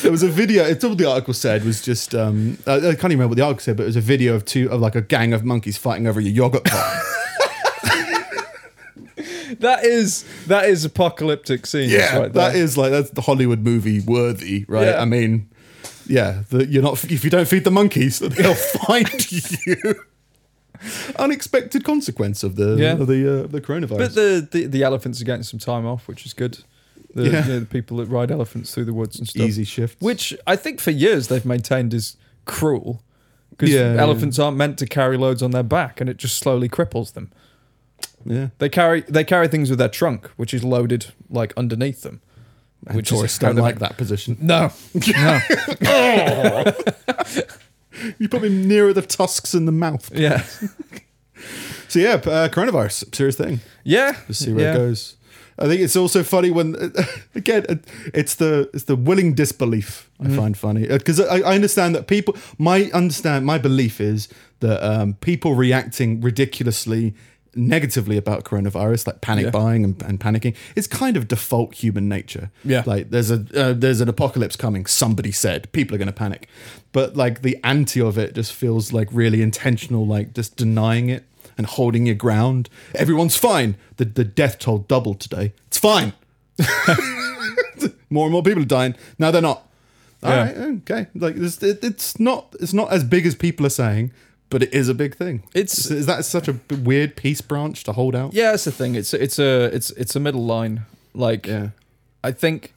[SPEAKER 4] There was a video. It's all the article said was just um, I, I can't even remember what the article said, but it was a video of two of like a gang of monkeys fighting over your yogurt pot.
[SPEAKER 2] That is that is apocalyptic scene.
[SPEAKER 4] yeah,
[SPEAKER 2] right
[SPEAKER 4] that
[SPEAKER 2] there.
[SPEAKER 4] is like that's the Hollywood movie worthy, right?
[SPEAKER 2] Yeah.
[SPEAKER 4] I mean, yeah, the, you're not if you don't feed the monkeys, they'll find you. Unexpected consequence of the
[SPEAKER 2] Yeah.
[SPEAKER 4] of the uh, the coronavirus.
[SPEAKER 2] But the, the the elephants are getting some time off, which is good. The,
[SPEAKER 4] Yeah.
[SPEAKER 2] you know, the people that ride elephants through the woods and stuff.
[SPEAKER 4] Easy shift.
[SPEAKER 2] Which I think for years they've maintained is cruel because
[SPEAKER 4] Yeah, yeah.
[SPEAKER 2] elephants aren't meant to carry loads on their back, and it just slowly cripples them.
[SPEAKER 4] yeah,
[SPEAKER 2] They carry they carry things with their trunk, which is loaded like underneath them.
[SPEAKER 4] and
[SPEAKER 2] which is
[SPEAKER 4] tourists
[SPEAKER 2] how
[SPEAKER 4] don't
[SPEAKER 2] they-
[SPEAKER 4] like that position.
[SPEAKER 2] No,
[SPEAKER 4] You put me nearer the tusks and the mouth.
[SPEAKER 2] yeah,
[SPEAKER 4] So yeah, p- uh, coronavirus, serious thing.
[SPEAKER 2] yeah.
[SPEAKER 4] Just see where
[SPEAKER 2] yeah.
[SPEAKER 4] it goes. I think it's also funny when again it- it's the it's the willing disbelief
[SPEAKER 2] Mm-hmm.
[SPEAKER 4] I find funny because I, I understand that people my understand my belief is that um, people reacting ridiculously negatively about coronavirus like panic
[SPEAKER 2] Yeah.
[SPEAKER 4] buying and, and panicking is kind of default human nature
[SPEAKER 2] Yeah.
[SPEAKER 4] like there's a uh, there's an apocalypse coming somebody said people are going to panic but like the anti of it just feels like really intentional like just denying it and holding your ground everyone's fine the the death toll doubled today it's fine more and more people are dying no they're not All
[SPEAKER 2] Yeah.
[SPEAKER 4] right, okay like this it, it's not it's not as big as people are saying but it is a big thing
[SPEAKER 2] It's-
[SPEAKER 4] is, is that such a b- weird peace branch to hold out
[SPEAKER 2] Yeah, that's the thing. It's it's a it's it's a middle line. Like
[SPEAKER 4] yeah
[SPEAKER 2] I think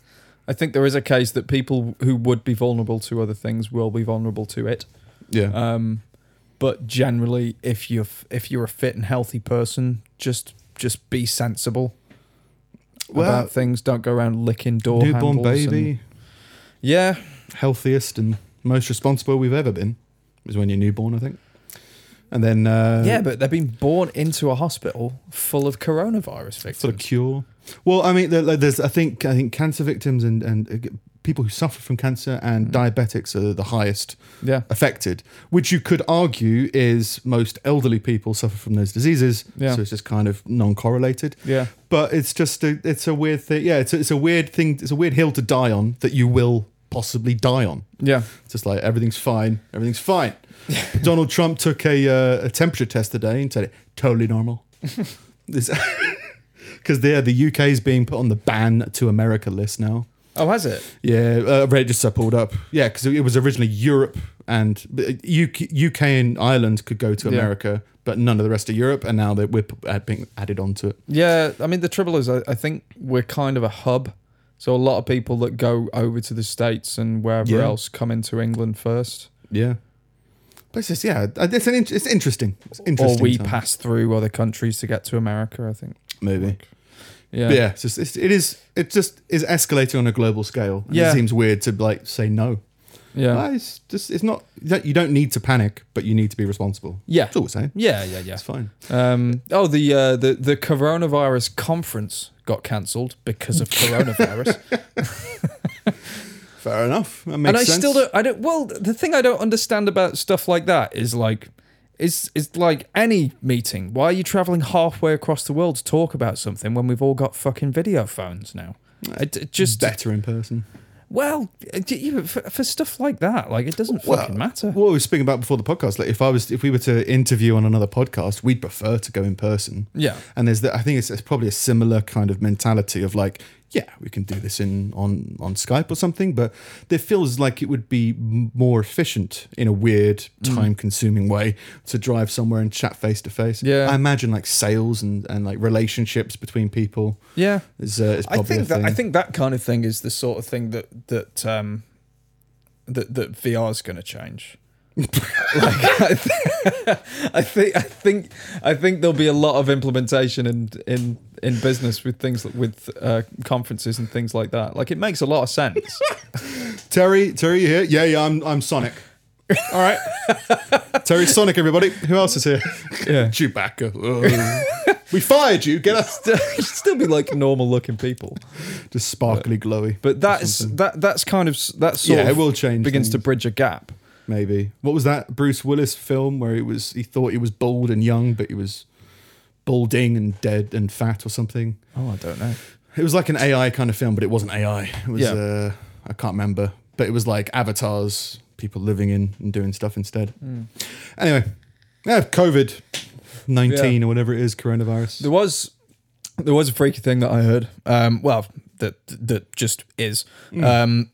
[SPEAKER 2] I think there is a case that people who would be vulnerable to other things will be vulnerable to it.
[SPEAKER 4] yeah
[SPEAKER 2] Um, but generally, if you're f- if you're a fit and healthy person, just just be sensible
[SPEAKER 4] Well-
[SPEAKER 2] about things. Don't go around licking door
[SPEAKER 4] newborn
[SPEAKER 2] handles and-
[SPEAKER 4] baby
[SPEAKER 2] yeah,
[SPEAKER 4] healthiest and most responsible we've ever been is when you're newborn, I think. And then uh,
[SPEAKER 2] yeah, but they've been born into a hospital full of coronavirus victims.
[SPEAKER 4] for the cure. Well, I mean, there- like, there's I think I think cancer victims and and uh, people who suffer from cancer and
[SPEAKER 2] Mm.
[SPEAKER 4] diabetics are the highest
[SPEAKER 2] yeah,
[SPEAKER 4] affected, which you could argue is most elderly people suffer from those diseases.
[SPEAKER 2] Yeah.
[SPEAKER 4] So it's just kind of non-correlated.
[SPEAKER 2] yeah,
[SPEAKER 4] But it's just a, it's a weird thing. Yeah, it's a, it's a weird thing. It's a weird hill to die on that you will possibly die on.
[SPEAKER 2] yeah.
[SPEAKER 4] It's just like everything's fine, everything's fine. Donald Trump took a, uh, a temperature test today and said it totally normal. Because there, the UK is being put on the ban to America list now.
[SPEAKER 2] Oh, has it?
[SPEAKER 4] Yeah, uh, Reddit just uh, pulled up. Yeah, because it was originally Europe and but UK, UK and Ireland could go to
[SPEAKER 2] Yeah.
[SPEAKER 4] America, but none of the rest of Europe. And now that we're p- add- being added onto it,
[SPEAKER 2] Yeah, I mean the trouble is, I, I think we're kind of a hub, so a lot of people that go over to the states and wherever
[SPEAKER 4] Yeah.
[SPEAKER 2] else come into England first,
[SPEAKER 4] yeah. But it's just, yeah, it's an in- it's interesting. It's
[SPEAKER 2] or
[SPEAKER 4] interesting.
[SPEAKER 2] we
[SPEAKER 4] time.
[SPEAKER 2] pass through other countries to get to America. I think.
[SPEAKER 4] maybe.
[SPEAKER 2] Yeah,
[SPEAKER 4] But yeah, it's just, it's, it is it just is escalating on a global scale. And
[SPEAKER 2] Yeah.
[SPEAKER 4] it seems weird to like say no.
[SPEAKER 2] yeah,
[SPEAKER 4] Ah, it's just it's not that you don't need to panic, but you need to be responsible.
[SPEAKER 2] yeah,
[SPEAKER 4] That's all we're saying.
[SPEAKER 2] yeah, yeah, yeah.
[SPEAKER 4] It's fine.
[SPEAKER 2] Um, oh, the uh, the the coronavirus conference got cancelled because of coronavirus,
[SPEAKER 4] Fair enough. That makes
[SPEAKER 2] and I
[SPEAKER 4] sense.
[SPEAKER 2] still don't. I don't. Well, the thing I don't understand about stuff like that is like. It's, it's like any meeting. Why are you traveling halfway across the world to talk about something when we've all got fucking video phones now? It, it just
[SPEAKER 4] better in person.
[SPEAKER 2] well, uh, d- you- for, for stuff like that, like it doesn't fucking matter.
[SPEAKER 4] What we were speaking about before the podcast, like if I was if we were to interview on another podcast, we'd prefer to go in person.
[SPEAKER 2] Yeah.
[SPEAKER 4] And there's that I think it's, it's probably a similar kind of mentality of like, yeah, we can do this in on on Skype or something, but it feels like it would be m- more efficient in a weird,
[SPEAKER 2] Mm.
[SPEAKER 4] time consuming way to drive somewhere and chat face to face.
[SPEAKER 2] Yeah.
[SPEAKER 4] I imagine like sales and, and like relationships between people
[SPEAKER 2] Yeah,
[SPEAKER 4] is uh, is
[SPEAKER 2] I
[SPEAKER 4] probably
[SPEAKER 2] think
[SPEAKER 4] a thing.
[SPEAKER 2] that I think that kind of thing is the sort of thing that that um, that that VR is going to change. like, I, th- I think I think I think there'll be a lot of implementation in in in business with things like- with uh, conferences and things like that. Like it makes a lot of sense.
[SPEAKER 4] Terry, Terry, you here? Yeah, yeah, I'm I'm Sonic. All right. Terry Sonic, everybody. Who else is here?
[SPEAKER 2] Yeah.
[SPEAKER 4] Chewbacca. Ugh. we fired you. Get us
[SPEAKER 2] Still be like normal looking people.
[SPEAKER 4] just sparkly, glowy.
[SPEAKER 2] But that's that that's kind of s- that sort
[SPEAKER 4] Yeah,
[SPEAKER 2] of
[SPEAKER 4] it will change
[SPEAKER 2] begins to
[SPEAKER 4] things.
[SPEAKER 2] bridge a gap.
[SPEAKER 4] maybe what was that Bruce Willis film where it was he thought he was bald and young, but he was balding and dead and fat or something.
[SPEAKER 2] Oh, I don't know.
[SPEAKER 4] It was like an AI kind of film, but it wasn't AI. It was
[SPEAKER 2] Yeah.
[SPEAKER 4] uh, I can't remember, but it was like avatars, people living in and doing stuff instead.
[SPEAKER 2] Hmm.
[SPEAKER 4] Anyway, yeah, COVID nineteen or whatever it is, coronavirus.
[SPEAKER 2] There was there was a freaky thing that I heard. Um, well, that that just is. Um,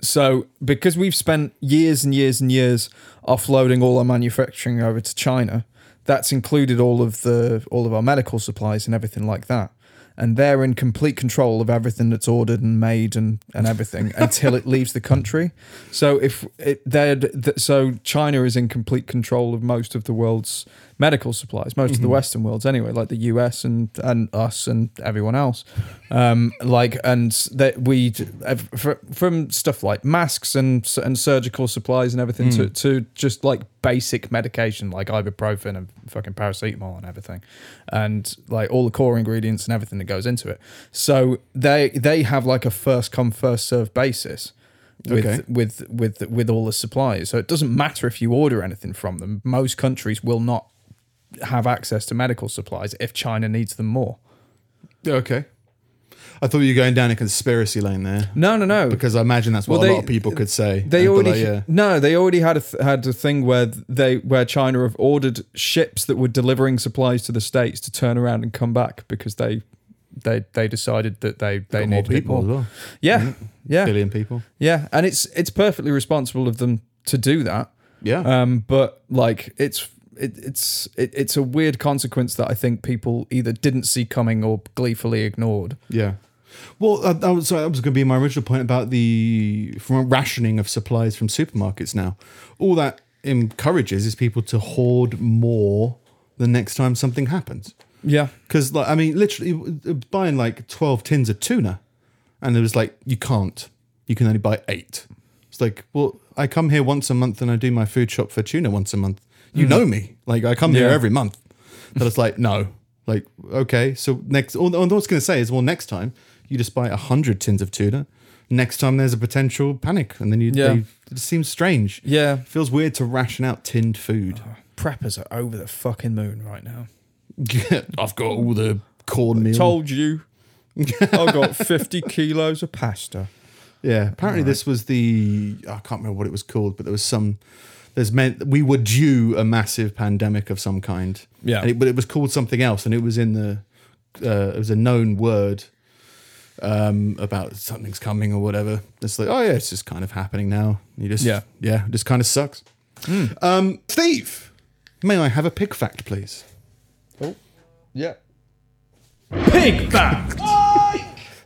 [SPEAKER 2] so because we've spent years and years and years offloading all our manufacturing over to China, that's included all of the all of our medical supplies and everything like that. And they're in complete control of everything that's ordered and made and, and everything until it leaves the country. So if it, they're th- so China is in complete control of most of the world's medical supplies, most of the Western worlds anyway, like the US and and us and everyone else. Um, like and that we from stuff like masks and s- and surgical supplies and everything to to just like basic medication like ibuprofen and fucking paracetamol and everything, and like all the core ingredients and everything that goes into it. So they they have like a first come first serve basis with
[SPEAKER 4] Okay.
[SPEAKER 2] with with with all the supplies. So it doesn't matter if you order anything from them. Most countries will not have access to medical supplies if China needs them more.
[SPEAKER 4] Okay. I thought you were going down a conspiracy lane there.
[SPEAKER 2] No, no, no.
[SPEAKER 4] Because I imagine that's what
[SPEAKER 2] Well,
[SPEAKER 4] a
[SPEAKER 2] they-
[SPEAKER 4] lot of people could say.
[SPEAKER 2] they
[SPEAKER 4] Uh, but
[SPEAKER 2] already
[SPEAKER 4] I, uh,
[SPEAKER 2] no, they already had a th- had a thing where they where China have ordered ships that were delivering supplies to the states to turn around and come back because they they they decided that they they
[SPEAKER 4] got more
[SPEAKER 2] needed it
[SPEAKER 4] people as
[SPEAKER 2] more.
[SPEAKER 4] well. Mm-hmm.
[SPEAKER 2] Yeah, yeah,
[SPEAKER 4] Billion people.
[SPEAKER 2] yeah, and it's it's perfectly responsible of them to do that.
[SPEAKER 4] Yeah.
[SPEAKER 2] Um, but like it's it, it's it, it's a weird consequence that I think people either didn't see coming or gleefully ignored.
[SPEAKER 4] Yeah. Well, uh, that was, sorry, that was going to be my original point about the from rationing of supplies from supermarkets now. All that encourages is people to hoard more the next time something happens.
[SPEAKER 2] Yeah,
[SPEAKER 4] Because, like, I mean, literally uh, buying like 12 tins of tuna, and it was like, you can't. You can only buy eight. It's like, well, I come here once a month and I do my food shop for tuna once a month. You know me. Like, I come here
[SPEAKER 2] Mm. Yeah.
[SPEAKER 4] every month. But it's like, no. Like, okay. So, next, all, all I was going to say is, well, next time you just buy 100 tins of tuna. Next time there's a potential panic, and then you,
[SPEAKER 2] Yeah.
[SPEAKER 4] they- it seems strange.
[SPEAKER 2] yeah.
[SPEAKER 4] It feels weird to ration out tinned food.
[SPEAKER 2] Preppers are over the fucking moon right now.
[SPEAKER 1] I've got all the.
[SPEAKER 4] Cornmeal.
[SPEAKER 2] Told you. I got 50 kilos of pasta.
[SPEAKER 4] Yeah, apparently this was the I can't remember what it was called, but there was some. There's meant we were due a massive pandemic of some kind.
[SPEAKER 2] Yeah.
[SPEAKER 4] and it, but it was called something else, and it was in the uh, it was a known word. um, about something's coming or whatever. It's like, oh yeah, it's just kind of happening now. You just
[SPEAKER 2] Yeah.
[SPEAKER 4] yeah, it just kind of sucks. Um, Steve, may I have a pig fact, please?
[SPEAKER 2] Oh. Yeah.
[SPEAKER 1] Pig back.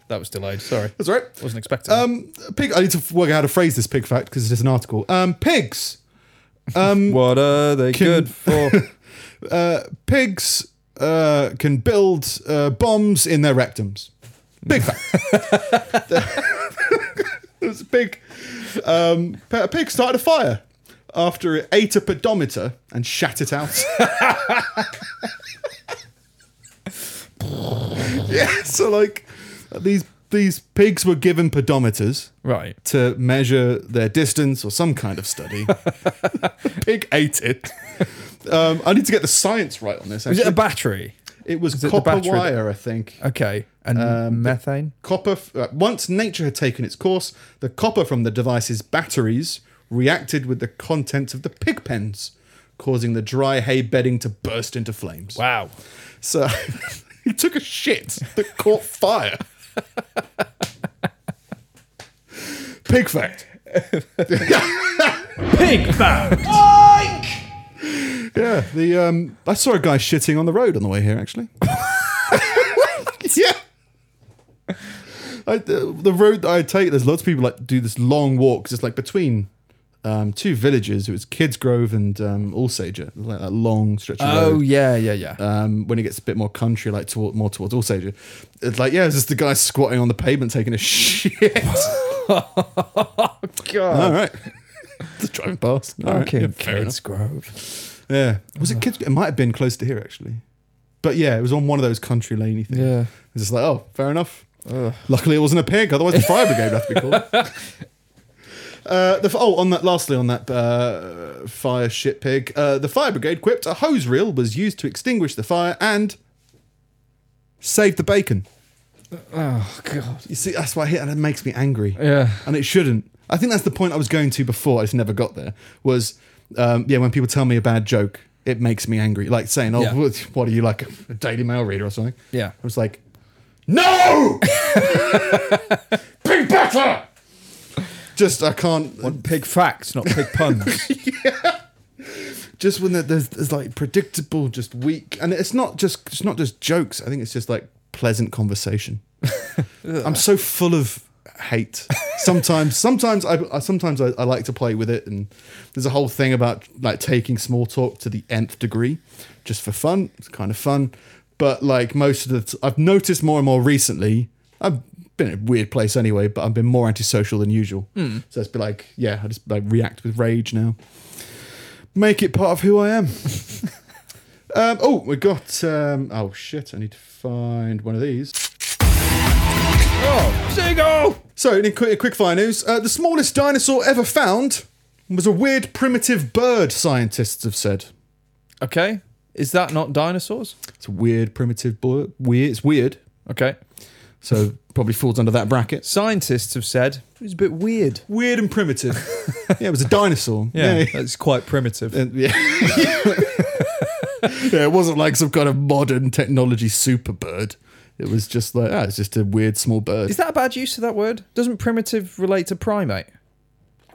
[SPEAKER 2] That was delayed. Sorry.
[SPEAKER 4] That's all right.
[SPEAKER 2] Wasn't expecting that.
[SPEAKER 4] Um, pig. I need to work out how to phrase this pig fact because it's an article. Um, pigs.
[SPEAKER 2] Um,
[SPEAKER 3] What are they good for?
[SPEAKER 4] Uh, pigs uh, can build uh, bombs in their rectums. Big fact. it was a pig. Um, p- a pig started a fire after it ate a pedometer and shat it out. yeah. So like these these pigs were given pedometers
[SPEAKER 2] Right.
[SPEAKER 4] to measure their distance or some kind of study. Pig ate it. Um, I need to get the science right on this.
[SPEAKER 2] Was it a
[SPEAKER 4] Actually.
[SPEAKER 2] battery?
[SPEAKER 4] It was
[SPEAKER 2] it the
[SPEAKER 4] copper
[SPEAKER 2] battery that-
[SPEAKER 4] wire, I think.
[SPEAKER 2] Okay. And methane?
[SPEAKER 4] Copper. f- uh, once nature had taken its course, the copper from the device's batteries reacted with the contents of the pig pens, causing the dry hay bedding to burst into flames.
[SPEAKER 2] Wow.
[SPEAKER 4] So he took a shit that caught fire. Pig fact.
[SPEAKER 1] Pig back.
[SPEAKER 4] Yeah, the um, I saw a guy shitting on the road on the way here. Actually, yeah. I, the, the road that I take, there's lots of people like do this long walk. 'cause it's like between um, two villages. It was Kids Grove and um, Allsager, like that long stretch. Of
[SPEAKER 2] Oh,
[SPEAKER 4] road
[SPEAKER 2] yeah, yeah, yeah.
[SPEAKER 4] um, when it gets a bit more country, like toward, more towards Alsager. It's like, yeah, it's just the guy squatting on the pavement taking a shit.
[SPEAKER 2] Oh, God.
[SPEAKER 4] All right. just driving past. All right,
[SPEAKER 2] Okay,
[SPEAKER 4] yeah, fair enough.
[SPEAKER 2] Kids Grove.
[SPEAKER 4] Yeah. Was it Kids It might have been close to here, actually. But yeah, it was on one of those country laney things.
[SPEAKER 2] Yeah.
[SPEAKER 4] It's just like, oh, fair enough. Luckily, it wasn't a pig. Otherwise, the fire brigade would have to be called. Uh, the, f- oh, on that. Lastly, on that uh, fire shit pig, uh, the fire brigade quipped a hose reel was used to extinguish the fire and save the bacon.
[SPEAKER 2] Oh, God.
[SPEAKER 4] You see, that's why I hit, and it makes me angry.
[SPEAKER 2] Yeah.
[SPEAKER 4] and it shouldn't. I think that's the point I was going to before. I just never got there. Was um, yeah, when people tell me a bad joke, it makes me angry. Like saying, "Oh,
[SPEAKER 2] Yeah.
[SPEAKER 4] what, what are you like a Daily Mail reader or something?"
[SPEAKER 2] Yeah.
[SPEAKER 4] I was like, "No, pig batter." Just I can't.
[SPEAKER 2] Pig facts, not pig puns.
[SPEAKER 4] Just when there- there's, there's like predictable, just weak, and it's not just it's not just jokes. I think it's just like pleasant conversation. I'm so full of hate. Sometimes, sometimes I, I sometimes I, I like to play with it, and there's a whole thing about like taking small talk to the nth degree, just for fun. It's kind of fun, but like most of the, t- I've noticed more and more recently. I've been in a weird place anyway, but I've been more antisocial than usual. So it's been like, yeah, I just like react with rage now. Make it part of who I am. um, oh, we got. Um, oh shit! I need to find one of these.
[SPEAKER 2] oh, seagull!
[SPEAKER 4] So, in quick, quick fire news, uh, the smallest dinosaur ever found was a weird primitive bird, scientists have said.
[SPEAKER 2] Okay. Is that not dinosaurs?
[SPEAKER 4] It's a weird primitive bird. Weird. It's weird.
[SPEAKER 2] Okay.
[SPEAKER 4] So, probably falls under that bracket.
[SPEAKER 2] Scientists have said it was a bit weird.
[SPEAKER 4] Weird and primitive. yeah, it was a dinosaur.
[SPEAKER 2] that's quite primitive.
[SPEAKER 4] And- yeah. Yeah, it wasn't like some kind of modern technology super bird. It was just like, ah, it's just a weird small bird.
[SPEAKER 2] Is that a bad use of that word? Doesn't primitive relate to primate?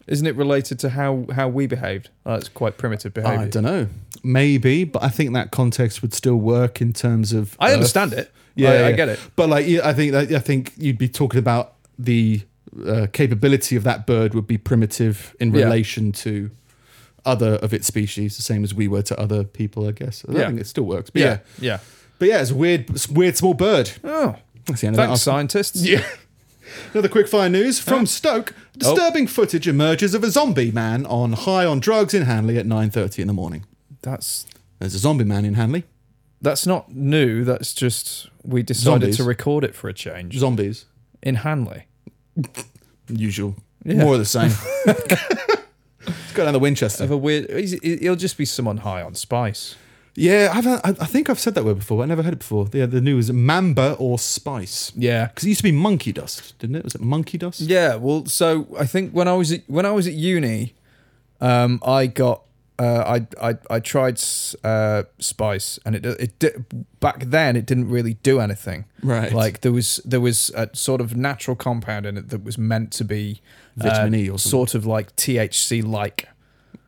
[SPEAKER 2] Isn't it related to how, how we behaved? Oh, that's quite primitive behavior.
[SPEAKER 4] I don't know. Maybe, but I think that context would still work in terms of.
[SPEAKER 2] I
[SPEAKER 4] Earth.
[SPEAKER 2] understand it.
[SPEAKER 4] Yeah,
[SPEAKER 2] I, I
[SPEAKER 4] yeah.
[SPEAKER 2] get it.
[SPEAKER 4] But like, yeah, I think that, I think you'd be talking about the uh, capability of that bird would be primitive in
[SPEAKER 2] Yeah.
[SPEAKER 4] relation to other of its species, the same as we were to other people, I guess. I
[SPEAKER 2] Yeah.
[SPEAKER 4] think it still works. But yeah.
[SPEAKER 2] Yeah.
[SPEAKER 4] but yeah, it's a weird, it's a weird small bird.
[SPEAKER 2] Oh,
[SPEAKER 4] That's the
[SPEAKER 2] thanks,
[SPEAKER 4] end of that. article.
[SPEAKER 2] scientists.
[SPEAKER 4] Yeah. Another quick fire news from Stoke.
[SPEAKER 2] Oh.
[SPEAKER 4] Disturbing footage emerges of a zombie man on high on drugs in Hanley at 9:30 in the morning.
[SPEAKER 2] That's
[SPEAKER 4] There's a zombie man in Hanley.
[SPEAKER 2] that's not new. That's just we decided
[SPEAKER 4] Zombies.
[SPEAKER 2] to record it for a change
[SPEAKER 4] Zombies,
[SPEAKER 2] in Hanley.
[SPEAKER 4] usual, more of the same. Let's go down to Winchester.
[SPEAKER 2] Of a weird, he's- he'll just be someone high on spice.
[SPEAKER 4] Yeah, I've, I I think I've said that word before. but I never heard it before. Yeah, the new is mamba or spice
[SPEAKER 2] Yeah,
[SPEAKER 4] because it used to be monkey dust, didn't it? Was it monkey dust?
[SPEAKER 2] Yeah, well, so I think when I was at, when I was at uni, um, I got uh, I, I I tried uh, Spice, and it it di- back then it didn't really do anything.
[SPEAKER 4] Right.
[SPEAKER 2] Like there was there was a sort of natural compound in it that was meant to be uh,
[SPEAKER 4] Vitamin E or something.
[SPEAKER 2] sort of like THC like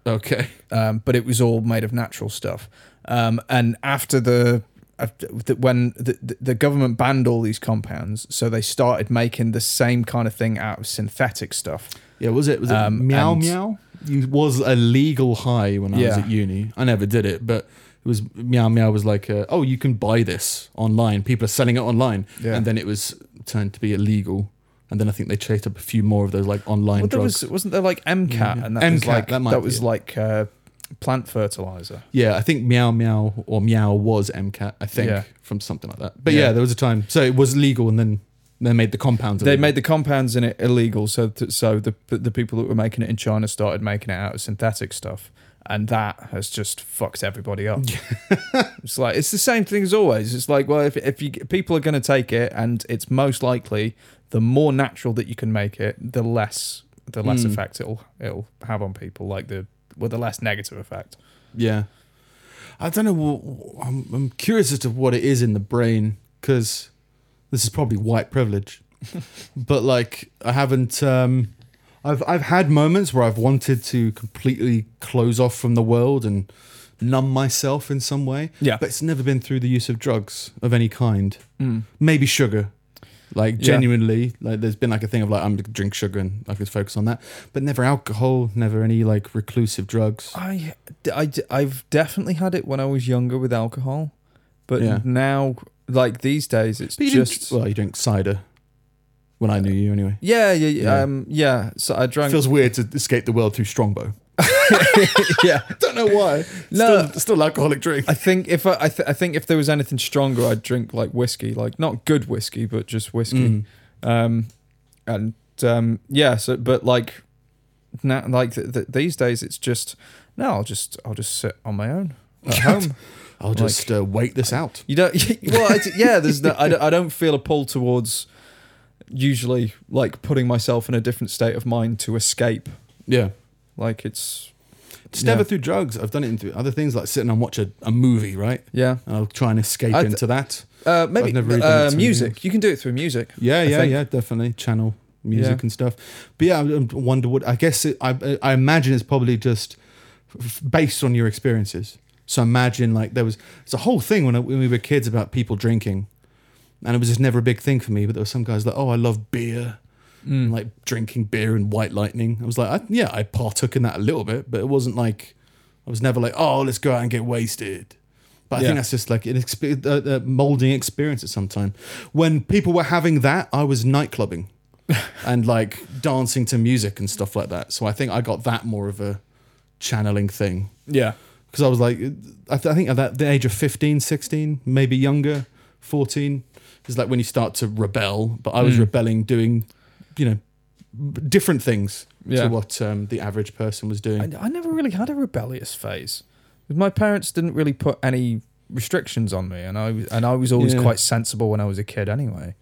[SPEAKER 4] Okay.
[SPEAKER 2] um, but it was all made of natural stuff. Um, and after the after- the- when the, the- the government banned all these compounds, so they started making the same kind of thing out of synthetic stuff.
[SPEAKER 4] Yeah, was it was it
[SPEAKER 2] Um,
[SPEAKER 4] meow
[SPEAKER 2] and-
[SPEAKER 4] meow? It was a legal high when I was
[SPEAKER 2] Yeah.
[SPEAKER 4] at uni. I never did it, but it was meow meow was like, uh oh, you can buy this online. People are selling it online,
[SPEAKER 2] Yeah.
[SPEAKER 4] and then it was turned to be illegal. And then I think they chased up a few more of those like online
[SPEAKER 2] Well, there
[SPEAKER 4] drugs.
[SPEAKER 2] was wasn't there like MCAT, and that
[SPEAKER 4] MCAT,
[SPEAKER 2] was like
[SPEAKER 4] that
[SPEAKER 2] that,
[SPEAKER 4] might be
[SPEAKER 2] was
[SPEAKER 4] it.
[SPEAKER 2] like uh, plant fertilizer.
[SPEAKER 4] yeah, I think meow meow or meow was MCAT. I think
[SPEAKER 2] Yeah.
[SPEAKER 4] from something like that. But yeah.
[SPEAKER 2] Yeah.
[SPEAKER 4] there was a time. So it was legal, and then they made the compounds.
[SPEAKER 2] They
[SPEAKER 4] illegal.
[SPEAKER 2] made the compounds in it illegal, so th- so the the people that were making it in China started making it out of synthetic stuff, and that has just fucked everybody up. it's like it's the same thing as always. It's like well, if if you people are going to take it, and it's most likely the more natural that you can make it, the less the less
[SPEAKER 4] Mm.
[SPEAKER 2] effect it'll it'll have on people, like the well, the less negative effect.
[SPEAKER 4] Yeah. I don't know. wh- I'm, I'm curious as to what it is in the brain because this is probably white privilege. but like, I haven't. Um, I've I've had moments where I've wanted to completely close off from the world and numb myself in some way.
[SPEAKER 2] Yeah.
[SPEAKER 4] But it's never been through the use of drugs of any kind. Maybe sugar. Like genuinely, like there's been like a thing of like I'm gonna drink sugar and I could focus on that, but never alcohol, never any like reclusive drugs.
[SPEAKER 2] I, I, I've definitely had it when I was younger with alcohol, but
[SPEAKER 4] Yeah.
[SPEAKER 2] now, like these days, it's
[SPEAKER 4] But you
[SPEAKER 2] just
[SPEAKER 4] drink, well, you drink cider. When I knew you, anyway.
[SPEAKER 2] yeah, yeah, yeah,
[SPEAKER 4] Yeah.
[SPEAKER 2] um, yeah. So I drank.
[SPEAKER 4] feels weird to escape the world through Strongbow.
[SPEAKER 2] yeah,
[SPEAKER 4] Don't know why.
[SPEAKER 2] No.
[SPEAKER 4] still, still alcoholic drink.
[SPEAKER 2] I think if I, I, th- I think if there was anything stronger, I'd drink like whiskey, like not good whiskey, but just whiskey.
[SPEAKER 4] Mm.
[SPEAKER 2] Um, and um, yeah, so but like now, like th- th- these days, it's just no. I'll just I'll just sit on my own at home.
[SPEAKER 4] I'll just uh, wait this out.
[SPEAKER 2] You don't. Well, it's, yeah. There's no. I don't, I don't feel a pull towards usually like putting myself in a different state of mind to escape.
[SPEAKER 4] Yeah.
[SPEAKER 2] Like it's
[SPEAKER 4] Just
[SPEAKER 2] Yeah.
[SPEAKER 4] never through drugs. I've done it in through other things like sitting and watch a, a movie, right?
[SPEAKER 2] yeah.
[SPEAKER 4] And I'll try and escape
[SPEAKER 2] I th-
[SPEAKER 4] into that.
[SPEAKER 2] Uh, maybe
[SPEAKER 4] I've never really done it
[SPEAKER 2] uh,
[SPEAKER 4] to
[SPEAKER 2] music. You can do it through music.
[SPEAKER 4] Yeah,
[SPEAKER 2] I
[SPEAKER 4] yeah,
[SPEAKER 2] think.
[SPEAKER 4] yeah, definitely. Channel music
[SPEAKER 2] Yeah.
[SPEAKER 4] and stuff. But yeah, I I wonder what. I guess it, I, I imagine it's probably just f- based on your experiences. So imagine like there was it's a whole thing when, I, when we were kids about people drinking, and it was just never a big thing for me. But there were some guys like, oh, I love beer, and like drinking beer and White Lightning. I was like, I, yeah, I partook in that a little bit, but it wasn't like I was never like, oh, let's go out and get wasted. But I
[SPEAKER 2] Yeah.
[SPEAKER 4] think that's just like an exp- uh, uh, molding experience at some time. When people were having that, I was nightclubbing and like dancing to music and stuff like that. So I think I got that more of a channeling thing
[SPEAKER 2] Yeah.
[SPEAKER 4] because I was like, I, th- I think at that, the age of 15, 16, maybe younger, 14, is like when you start to rebel. But I was rebelling doing, you know, different things
[SPEAKER 2] Yeah.
[SPEAKER 4] to what um, the average person was doing.
[SPEAKER 2] I, I never really had a rebellious phase. My parents didn't really put any restrictions on me, and I was- and I was always
[SPEAKER 4] Yeah.
[SPEAKER 2] quite sensible when I was a kid. Anyway.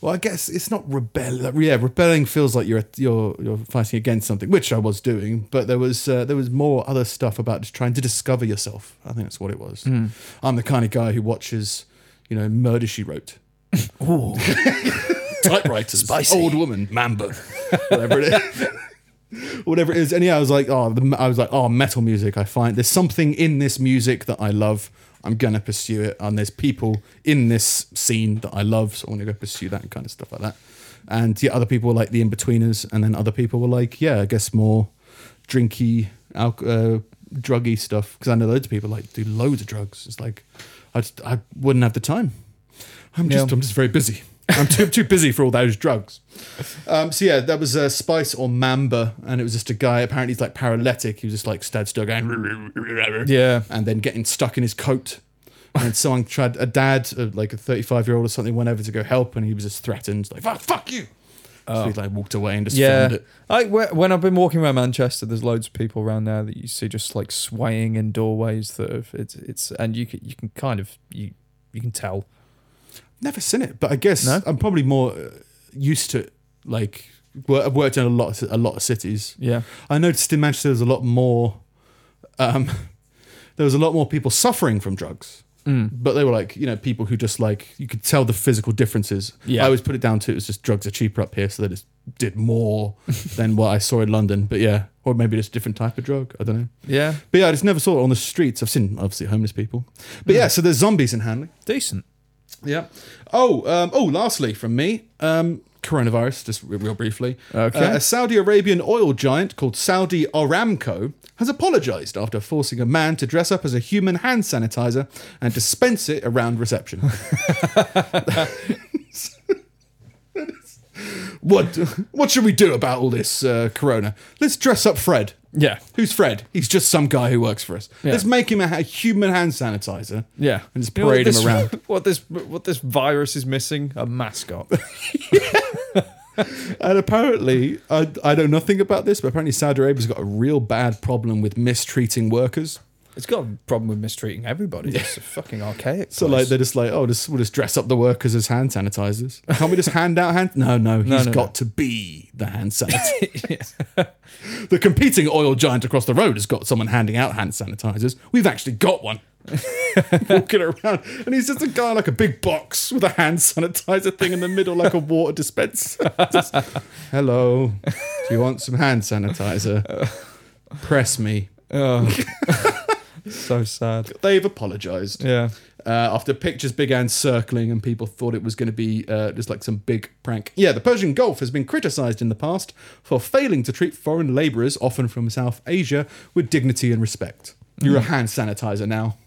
[SPEAKER 4] Well, I guess it's not rebel. Yeah, rebelling feels like you're you're you're fighting against something, which I was doing. But there was uh, there was more other stuff about just trying to discover yourself. I think that's what it was. I'm the kind of guy who watches, you know, Murder She Wrote, typewriters, old woman, Mamba, whatever it is. Whatever it is, and yeah, I was like, oh, the, I was like, oh, metal music. I find there's something in this music that I love. I'm gonna pursue it, and there's people in this scene that I love, so I want to go pursue that and kind of stuff like that. And yeah, other people were like the in betweeners, and then other people were like, yeah, I guess more drinky, alc- uh, druggy stuff. Because I know loads of people like do loads of drugs. It's like I just, I wouldn't have the time. I'm just I'm just very busy. I'm too too busy for all those drugs. Um, so yeah, that was uh, Spice or Mamba, and it was just a guy. Apparently, he's like paralytic. He was just like stood still going,
[SPEAKER 2] Yeah.
[SPEAKER 4] and then getting stuck in his coat. And someone tried a dad, uh, like a 35 year old or something, went over to go help, and he was just threatened, like "fuck, fuck you." So he like walked away and just filmed
[SPEAKER 2] Oh. Yeah, I
[SPEAKER 4] it.
[SPEAKER 2] wh- when I've been walking around Manchester, there's loads of people around there that you see just like swaying in doorways that have, it's it's and you can, you can kind of you you can tell.
[SPEAKER 4] Never seen it, but I guess
[SPEAKER 2] No?
[SPEAKER 4] I'm probably more uh, used to it. Like wor- I've worked in a lot, of, a lot of cities.
[SPEAKER 2] Yeah,
[SPEAKER 4] I noticed in Manchester there's a lot more um, there was a lot more people suffering from drugs. But they were like, you know, people who just like, you could tell the physical differences.
[SPEAKER 2] Yeah.
[SPEAKER 4] I always put it down to it was just drugs are cheaper up here. So they just did more than what I saw in London. But yeah, or maybe just a different type of drug. I don't know.
[SPEAKER 2] Yeah.
[SPEAKER 4] But yeah, I just never saw it on the streets. I've seen obviously homeless people. But yeah, so there's zombies in Hanley.
[SPEAKER 2] Decent.
[SPEAKER 4] Yeah. Oh, um, oh. Lastly, from me, um, coronavirus. Just re- real briefly.
[SPEAKER 2] Okay.
[SPEAKER 4] Uh, a Saudi Arabian oil giant called Saudi Aramco has apologized after forcing a man to dress up as a human hand sanitizer and dispense it around reception. what? What should we do about all this uh, corona? Let's dress up Fred.
[SPEAKER 2] Yeah.
[SPEAKER 4] Who's Fred? He's just some guy who works for us. Let's make him a, ha- human hand sanitizer.
[SPEAKER 2] Yeah.
[SPEAKER 4] And just
[SPEAKER 2] You know what
[SPEAKER 4] parade
[SPEAKER 2] this-
[SPEAKER 4] him around.
[SPEAKER 2] What this what this virus is missing? A mascot.
[SPEAKER 4] And apparently, I, I know nothing about this, but apparently Saudi Arabia's got a real bad problem with mistreating workers.
[SPEAKER 2] it's got a problem with mistreating everybody. It's a fucking archaic.
[SPEAKER 4] So like they're just like, oh, just, we'll just dress up the workers as hand sanitizers. Can't we just hand out hand? No, no, he's
[SPEAKER 2] no,
[SPEAKER 4] got to be the hand sanitizer. the competing oil giant across the road has got someone handing out hand sanitizers. We've actually got one. Walking around, and he's just a guy in, like a big box with a hand sanitizer thing in the middle, like a water dispenser. Just, Hello, do you want some hand sanitizer? Press me.
[SPEAKER 2] so sad.
[SPEAKER 4] They've apologized
[SPEAKER 2] Yeah.
[SPEAKER 4] uh, after pictures began circling and people thought it was going to be uh, just like some big prank. Yeah, the Persian Gulf has been criticized in the past for failing to treat foreign laborers, often from South Asia, with dignity and respect. You're a hand sanitizer now,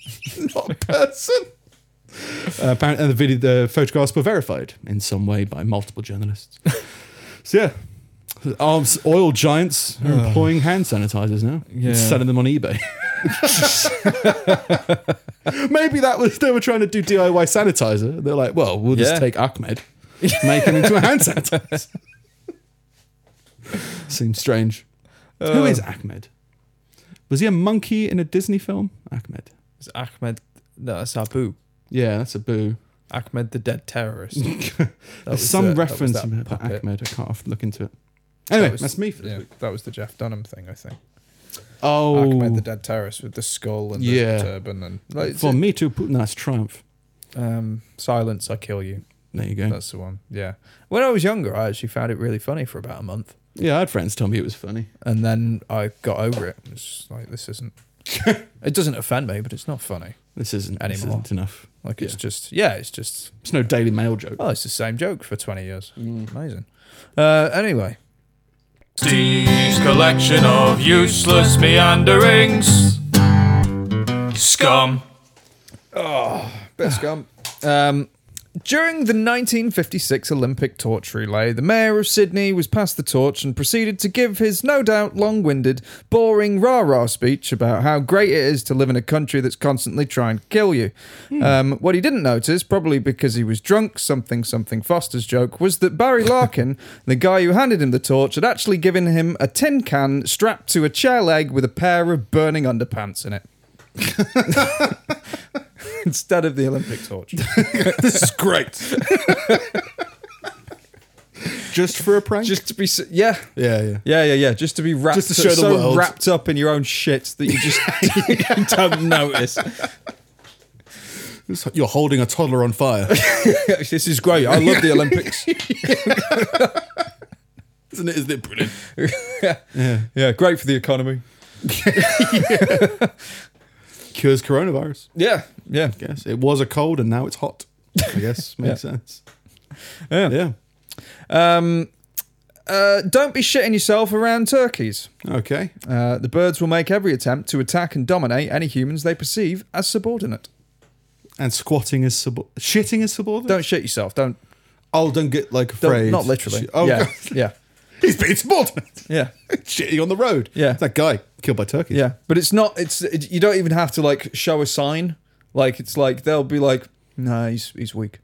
[SPEAKER 4] not a person. Uh, apparently, and the video, the photographs were verified in some way by multiple journalists. so yeah. Arms oil giants are employing hand sanitizers now.
[SPEAKER 2] Yeah.
[SPEAKER 4] Selling them on eBay. Maybe that was they were trying to do DIY sanitizer. They're like, well, we'll just
[SPEAKER 2] Yeah.
[SPEAKER 4] take Ahmed, make him into a hand sanitizer. Seems strange. Who is
[SPEAKER 2] Um,
[SPEAKER 4] Ahmed? Was he a monkey in a Disney film? Ahmed.
[SPEAKER 2] It's Ahmed. No, that's Abu.
[SPEAKER 4] Yeah, that's a boo.
[SPEAKER 2] Ahmed the dead terrorist.
[SPEAKER 4] There's
[SPEAKER 2] uh,
[SPEAKER 4] some reference
[SPEAKER 2] to
[SPEAKER 4] about Ahmed. I can't have to look into it. Anyway, that's me for this
[SPEAKER 2] yeah,
[SPEAKER 4] week.
[SPEAKER 2] That was the Jeff Dunham thing, I think.
[SPEAKER 4] Oh,
[SPEAKER 2] Ahmed the dead terrorist with the skull and
[SPEAKER 4] Yeah.
[SPEAKER 2] the turban and like, it's
[SPEAKER 4] for
[SPEAKER 2] a-
[SPEAKER 4] me too. Putin, that's triumph.
[SPEAKER 2] um, silence. I kill you.
[SPEAKER 4] There you go.
[SPEAKER 2] That's the one. Yeah. When I was younger, I actually found it really funny for about a month,
[SPEAKER 4] yeah, I had friends tell me it was funny.
[SPEAKER 2] and then I got over it. It's just like this isn't. it doesn't offend me, but it's not funny.
[SPEAKER 4] This isn't This
[SPEAKER 2] Anymore.
[SPEAKER 4] isn't enough.
[SPEAKER 2] Like it's
[SPEAKER 4] Yeah.
[SPEAKER 2] just yeah, it's just
[SPEAKER 4] It's no Daily Mail joke.
[SPEAKER 2] oh, it's the same joke Mm. for twenty years. Amazing. Uh, anyway,
[SPEAKER 1] Steve's collection of useless meanderings. Scum.
[SPEAKER 2] bit Ah, scum. Um, during the 1956 Olympic torch relay, the mayor of Sydney was passed the torch and proceeded to give his no doubt long winded, boring rah rah speech about how great it is to live in a country that's constantly trying to kill you. Um, what he didn't notice, probably because he was drunk, something something Foster's joke, was that Barry Larkin, the guy who handed him the torch, had actually given him a tin can strapped to a chair leg with a pair of burning underpants in it instead of the Olympic torch.
[SPEAKER 4] this is great. Just for a prank?
[SPEAKER 2] just to be s- yeah
[SPEAKER 4] yeah, yeah.
[SPEAKER 2] yeah yeah yeah just to be wrapped
[SPEAKER 4] Just to show the
[SPEAKER 2] so
[SPEAKER 4] world.
[SPEAKER 2] wrapped up in your own shit that you just you don't notice
[SPEAKER 4] It's like You're holding a toddler on fire.
[SPEAKER 2] this is great i love the olympics
[SPEAKER 4] Isn't it? Isn't it brilliant?
[SPEAKER 2] yeah great for the economy
[SPEAKER 4] Cures coronavirus.
[SPEAKER 2] yeah yeah
[SPEAKER 4] Yes. It was a cold and now it's hot. I guess makes sense.
[SPEAKER 2] Yeah.
[SPEAKER 4] Yeah.
[SPEAKER 2] um uh, don't be shitting yourself around turkeys.
[SPEAKER 4] Okay.
[SPEAKER 2] Uh, the birds will make every attempt to attack and dominate any humans they perceive as subordinate.
[SPEAKER 4] And squatting is sub shitting is subordinate.
[SPEAKER 2] Don't shit yourself. Don't.
[SPEAKER 4] oh, don't get like
[SPEAKER 2] don't
[SPEAKER 4] afraid.
[SPEAKER 2] not literally.
[SPEAKER 4] Sh- Oh,
[SPEAKER 2] yeah,
[SPEAKER 4] God.
[SPEAKER 2] yeah,
[SPEAKER 4] he's being subordinate.
[SPEAKER 2] yeah.
[SPEAKER 4] Shitting on the road.
[SPEAKER 2] Yeah.
[SPEAKER 4] That guy killed by turkeys.
[SPEAKER 2] Yeah, but it's not. It's it, you don't even have to like show a sign. Like it's like they'll be like, no, he's he's weak,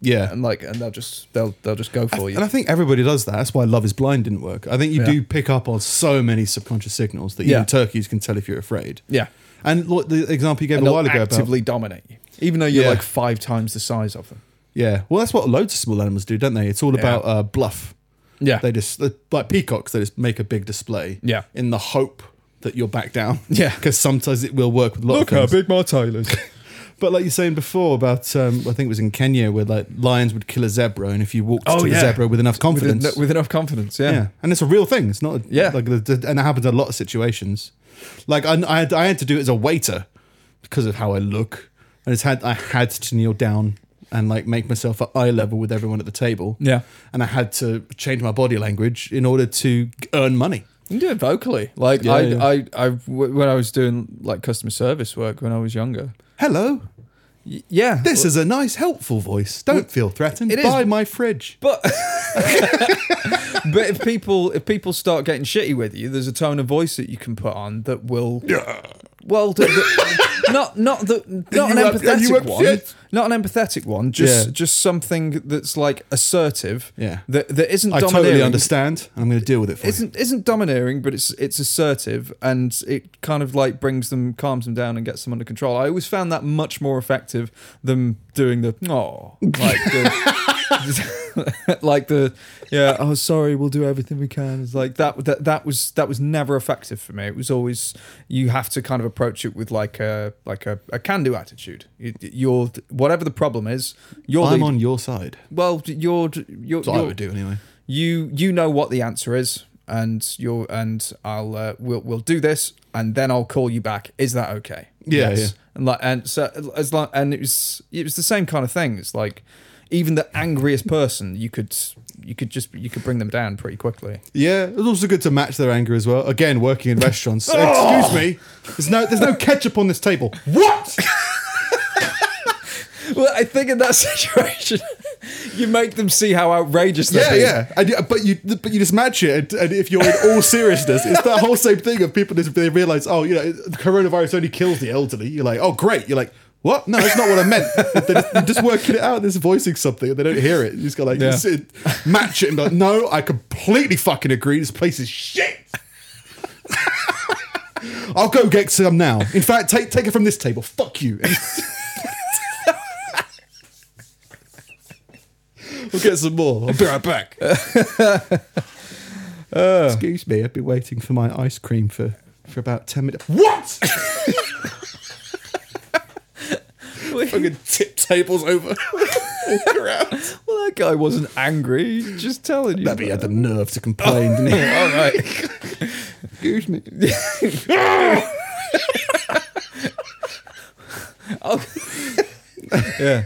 [SPEAKER 4] Yeah.
[SPEAKER 2] and like and they'll just they'll they'll just go for you.
[SPEAKER 4] And I think everybody does that. That's why Love is Blind didn't work. I think you
[SPEAKER 2] Yeah.
[SPEAKER 4] do pick up on so many subconscious signals that even
[SPEAKER 2] Yeah.
[SPEAKER 4] turkeys can tell if you're afraid.
[SPEAKER 2] yeah,
[SPEAKER 4] And like the example you gave
[SPEAKER 2] and
[SPEAKER 4] a
[SPEAKER 2] they'll
[SPEAKER 4] while ago about
[SPEAKER 2] actively dominate you, even though you're
[SPEAKER 4] Yeah.
[SPEAKER 2] like five times the size of them.
[SPEAKER 4] Yeah, well, that's what loads of small animals do, don't they? It's all about uh, bluff.
[SPEAKER 2] Yeah,
[SPEAKER 4] They just like peacocks. They just make a big display.
[SPEAKER 2] Yeah.
[SPEAKER 4] In the hope that you'll back down.
[SPEAKER 2] Yeah.
[SPEAKER 4] because sometimes it will work with a lot
[SPEAKER 2] Look
[SPEAKER 4] of
[SPEAKER 2] how
[SPEAKER 4] things.
[SPEAKER 2] big my tail is.
[SPEAKER 4] But like you're saying before about, um, I think it was in Kenya where like lions would kill a zebra, and if you walked
[SPEAKER 2] Oh,
[SPEAKER 4] to
[SPEAKER 2] yeah.
[SPEAKER 4] the zebra with enough
[SPEAKER 2] with,
[SPEAKER 4] confidence,
[SPEAKER 2] en- with enough confidence, yeah.
[SPEAKER 4] yeah, and it's a real thing. It's not. A,
[SPEAKER 2] Yeah.
[SPEAKER 4] like the- the- and it happens in a lot of situations. Like I, I, had, I had to do it as a waiter because of how I look, and it's had I had to kneel down and like make myself at eye level with everyone at the table.
[SPEAKER 2] Yeah.
[SPEAKER 4] and I had to change my body language in order to earn money.
[SPEAKER 2] You can do it vocally. Like
[SPEAKER 4] Yeah,
[SPEAKER 2] I,
[SPEAKER 4] yeah.
[SPEAKER 2] I, I, w- when I was doing like customer service work when I was younger.
[SPEAKER 4] Hello,
[SPEAKER 2] Y- yeah.
[SPEAKER 4] this is a nice, helpful voice. Don't feel threatened.
[SPEAKER 2] It is-
[SPEAKER 4] Buy my fridge.
[SPEAKER 2] But but if people if people start getting shitty with you, there's a tone of voice that you can put on that will well th- th- not not the not an
[SPEAKER 4] you up- are
[SPEAKER 2] empathetic
[SPEAKER 4] you
[SPEAKER 2] one,
[SPEAKER 4] upset?
[SPEAKER 2] not an empathetic one, just
[SPEAKER 4] Yeah.
[SPEAKER 2] just something that's like assertive.
[SPEAKER 4] Yeah.
[SPEAKER 2] that that isn't
[SPEAKER 4] I
[SPEAKER 2] domineering.
[SPEAKER 4] totally understand, and I'm going to deal with it for you.
[SPEAKER 2] Isn't isn't domineering, but it's it's assertive and it kind of like brings them, calms them down, and gets them under control. I always found that much more effective than doing the oh, like the, like the yeah, oh sorry, we'll do everything we can. It's like that that that was that was never effective for me. It was always you have to kind of approach it with like a like a, a can do attitude. You, you're whatever the problem is, you're
[SPEAKER 4] I'm
[SPEAKER 2] the-
[SPEAKER 4] on your side.
[SPEAKER 2] well, you're you're,
[SPEAKER 4] That's what I
[SPEAKER 2] you're
[SPEAKER 4] would do anyway.
[SPEAKER 2] you you know what the answer is and you're and i'll uh, we'll, we'll do this and then i'll call you back is that okay
[SPEAKER 4] Yeah, yeah.
[SPEAKER 2] and like and so as long and it was it was the same kind of thing it's like even the angriest person you could you could just you could bring them down pretty quickly
[SPEAKER 4] Yeah, it was also good to match their anger as well. Again, working in restaurants. Excuse me, there's no there's no ketchup on this table. What?
[SPEAKER 2] well i think in that situation you make them see how outrageous
[SPEAKER 4] Yeah,
[SPEAKER 2] being.
[SPEAKER 4] yeah. And, you- but you but you just match it, and, and if you're in all seriousness, it's that whole same thing of people just they realize, oh, you know, coronavirus only kills the elderly. You're like, oh, great. You're like. What? No, that's not what I meant. They're just, they're just working it out. They're just voicing something and they don't hear it. You just go like, just, uh, match it and be like, no, I completely fucking agree. This place is shit. I'll go get some now. In fact, take take it from this table. Fuck you. we'll get some more. I'll be right back. Excuse me, I've been waiting for my ice cream for, for about ten minutes. What? Fucking tip tables over. Walk around.
[SPEAKER 2] well that guy wasn't angry he's just telling you
[SPEAKER 4] Maybe he had the nerve to complain, didn't he?
[SPEAKER 2] all right
[SPEAKER 4] Excuse me.
[SPEAKER 2] Yeah.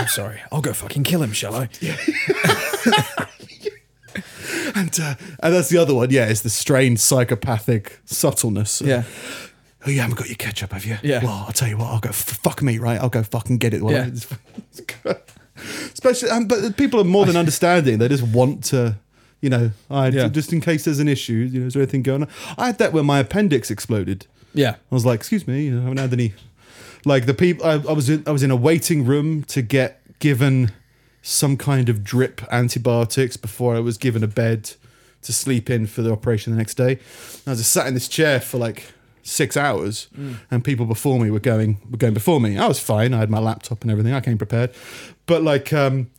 [SPEAKER 2] I'm sorry. I'll go fucking kill him, shall I?
[SPEAKER 4] And, uh, and that's the other one, yeah, it's the strained psychopathic subtleness. of,
[SPEAKER 2] Yeah.
[SPEAKER 4] Oh, you haven't got your ketchup, have you?
[SPEAKER 2] Yeah.
[SPEAKER 4] Well, I'll tell you what, I'll go, f- fuck me, right? I'll go fucking get it. Well,
[SPEAKER 2] Yeah.
[SPEAKER 4] it's- Especially, um, but people are more than understanding. They just want to, you know, I,
[SPEAKER 2] Yeah.
[SPEAKER 4] just in case there's an issue, you know, is there anything going on? I had that when my appendix exploded.
[SPEAKER 2] Yeah.
[SPEAKER 4] I was like, excuse me, I haven't had any. Like the people, I, I was in, I was in a waiting room to get given some kind of drip antibiotics before I was given a bed to sleep in for the operation the next day. And I was just sat in this chair for like six hours, and people before me were going were going before me. I was fine. I had my laptop and everything. I came prepared, but like, um,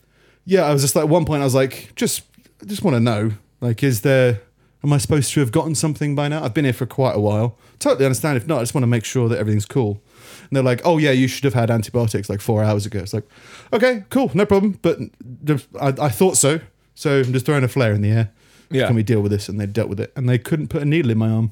[SPEAKER 4] yeah, I was just like at one point I was like, just I just want to know, like, is there am I supposed to have gotten something by now? I've been here for quite a while. Totally understand if not, I just want to make sure that everything's cool. And they're like, oh yeah, you should have had antibiotics like four hours ago. It's like, okay, cool, no problem. But the- I, I thought so, so I'm just throwing a flare in the air.
[SPEAKER 2] Yeah.
[SPEAKER 4] Can we deal with this? And they dealt with it, and they couldn't put a needle in my arm.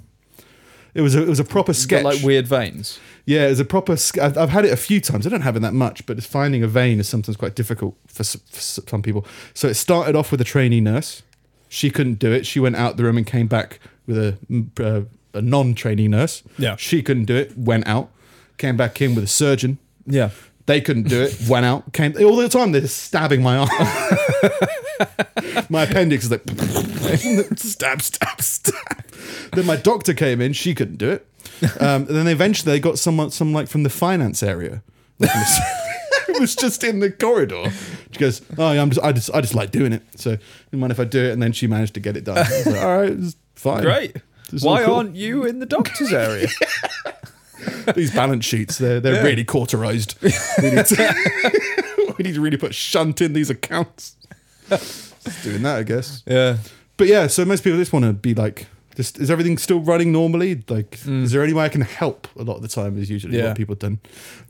[SPEAKER 4] It was a, it was a proper sketch.
[SPEAKER 2] Got like weird veins.
[SPEAKER 4] Yeah, it's a proper. sc- I've, I've had it a few times. I don't have it that much, but it's finding a vein is sometimes quite difficult for, s- for s- some people. So it started off with a trainee nurse. She couldn't do it. She went out the room and came back with a mm, uh, a non-trainee nurse.
[SPEAKER 2] Yeah.
[SPEAKER 4] she couldn't do it. Went out, came back in with a surgeon.
[SPEAKER 2] Yeah.
[SPEAKER 4] They couldn't do it. Went out, came all the time. They're just stabbing my arm. my appendix is like stab, stab, stab. Then my doctor came in. She couldn't do it. Um, and then eventually they got someone, some like from the finance area. Like, it was- it was just in the corridor. She goes, "Oh, yeah, I'm just, I just, I just like doing it. So, you mind if I do it?" And then she managed to get it done. I was like, all right, it's fine.
[SPEAKER 2] Great.
[SPEAKER 4] It's all
[SPEAKER 2] Why
[SPEAKER 4] cool.
[SPEAKER 2] aren't you in the doctor's area?
[SPEAKER 4] these balance sheets they're, they're really cauterized we need, to, we need to really put shunt in these accounts just doing that i guess
[SPEAKER 2] yeah.
[SPEAKER 4] but yeah so most people just want to be like Just is everything still running normally? Like, is there any way I can help? A lot of the time is usually
[SPEAKER 2] Yeah.
[SPEAKER 4] what people do.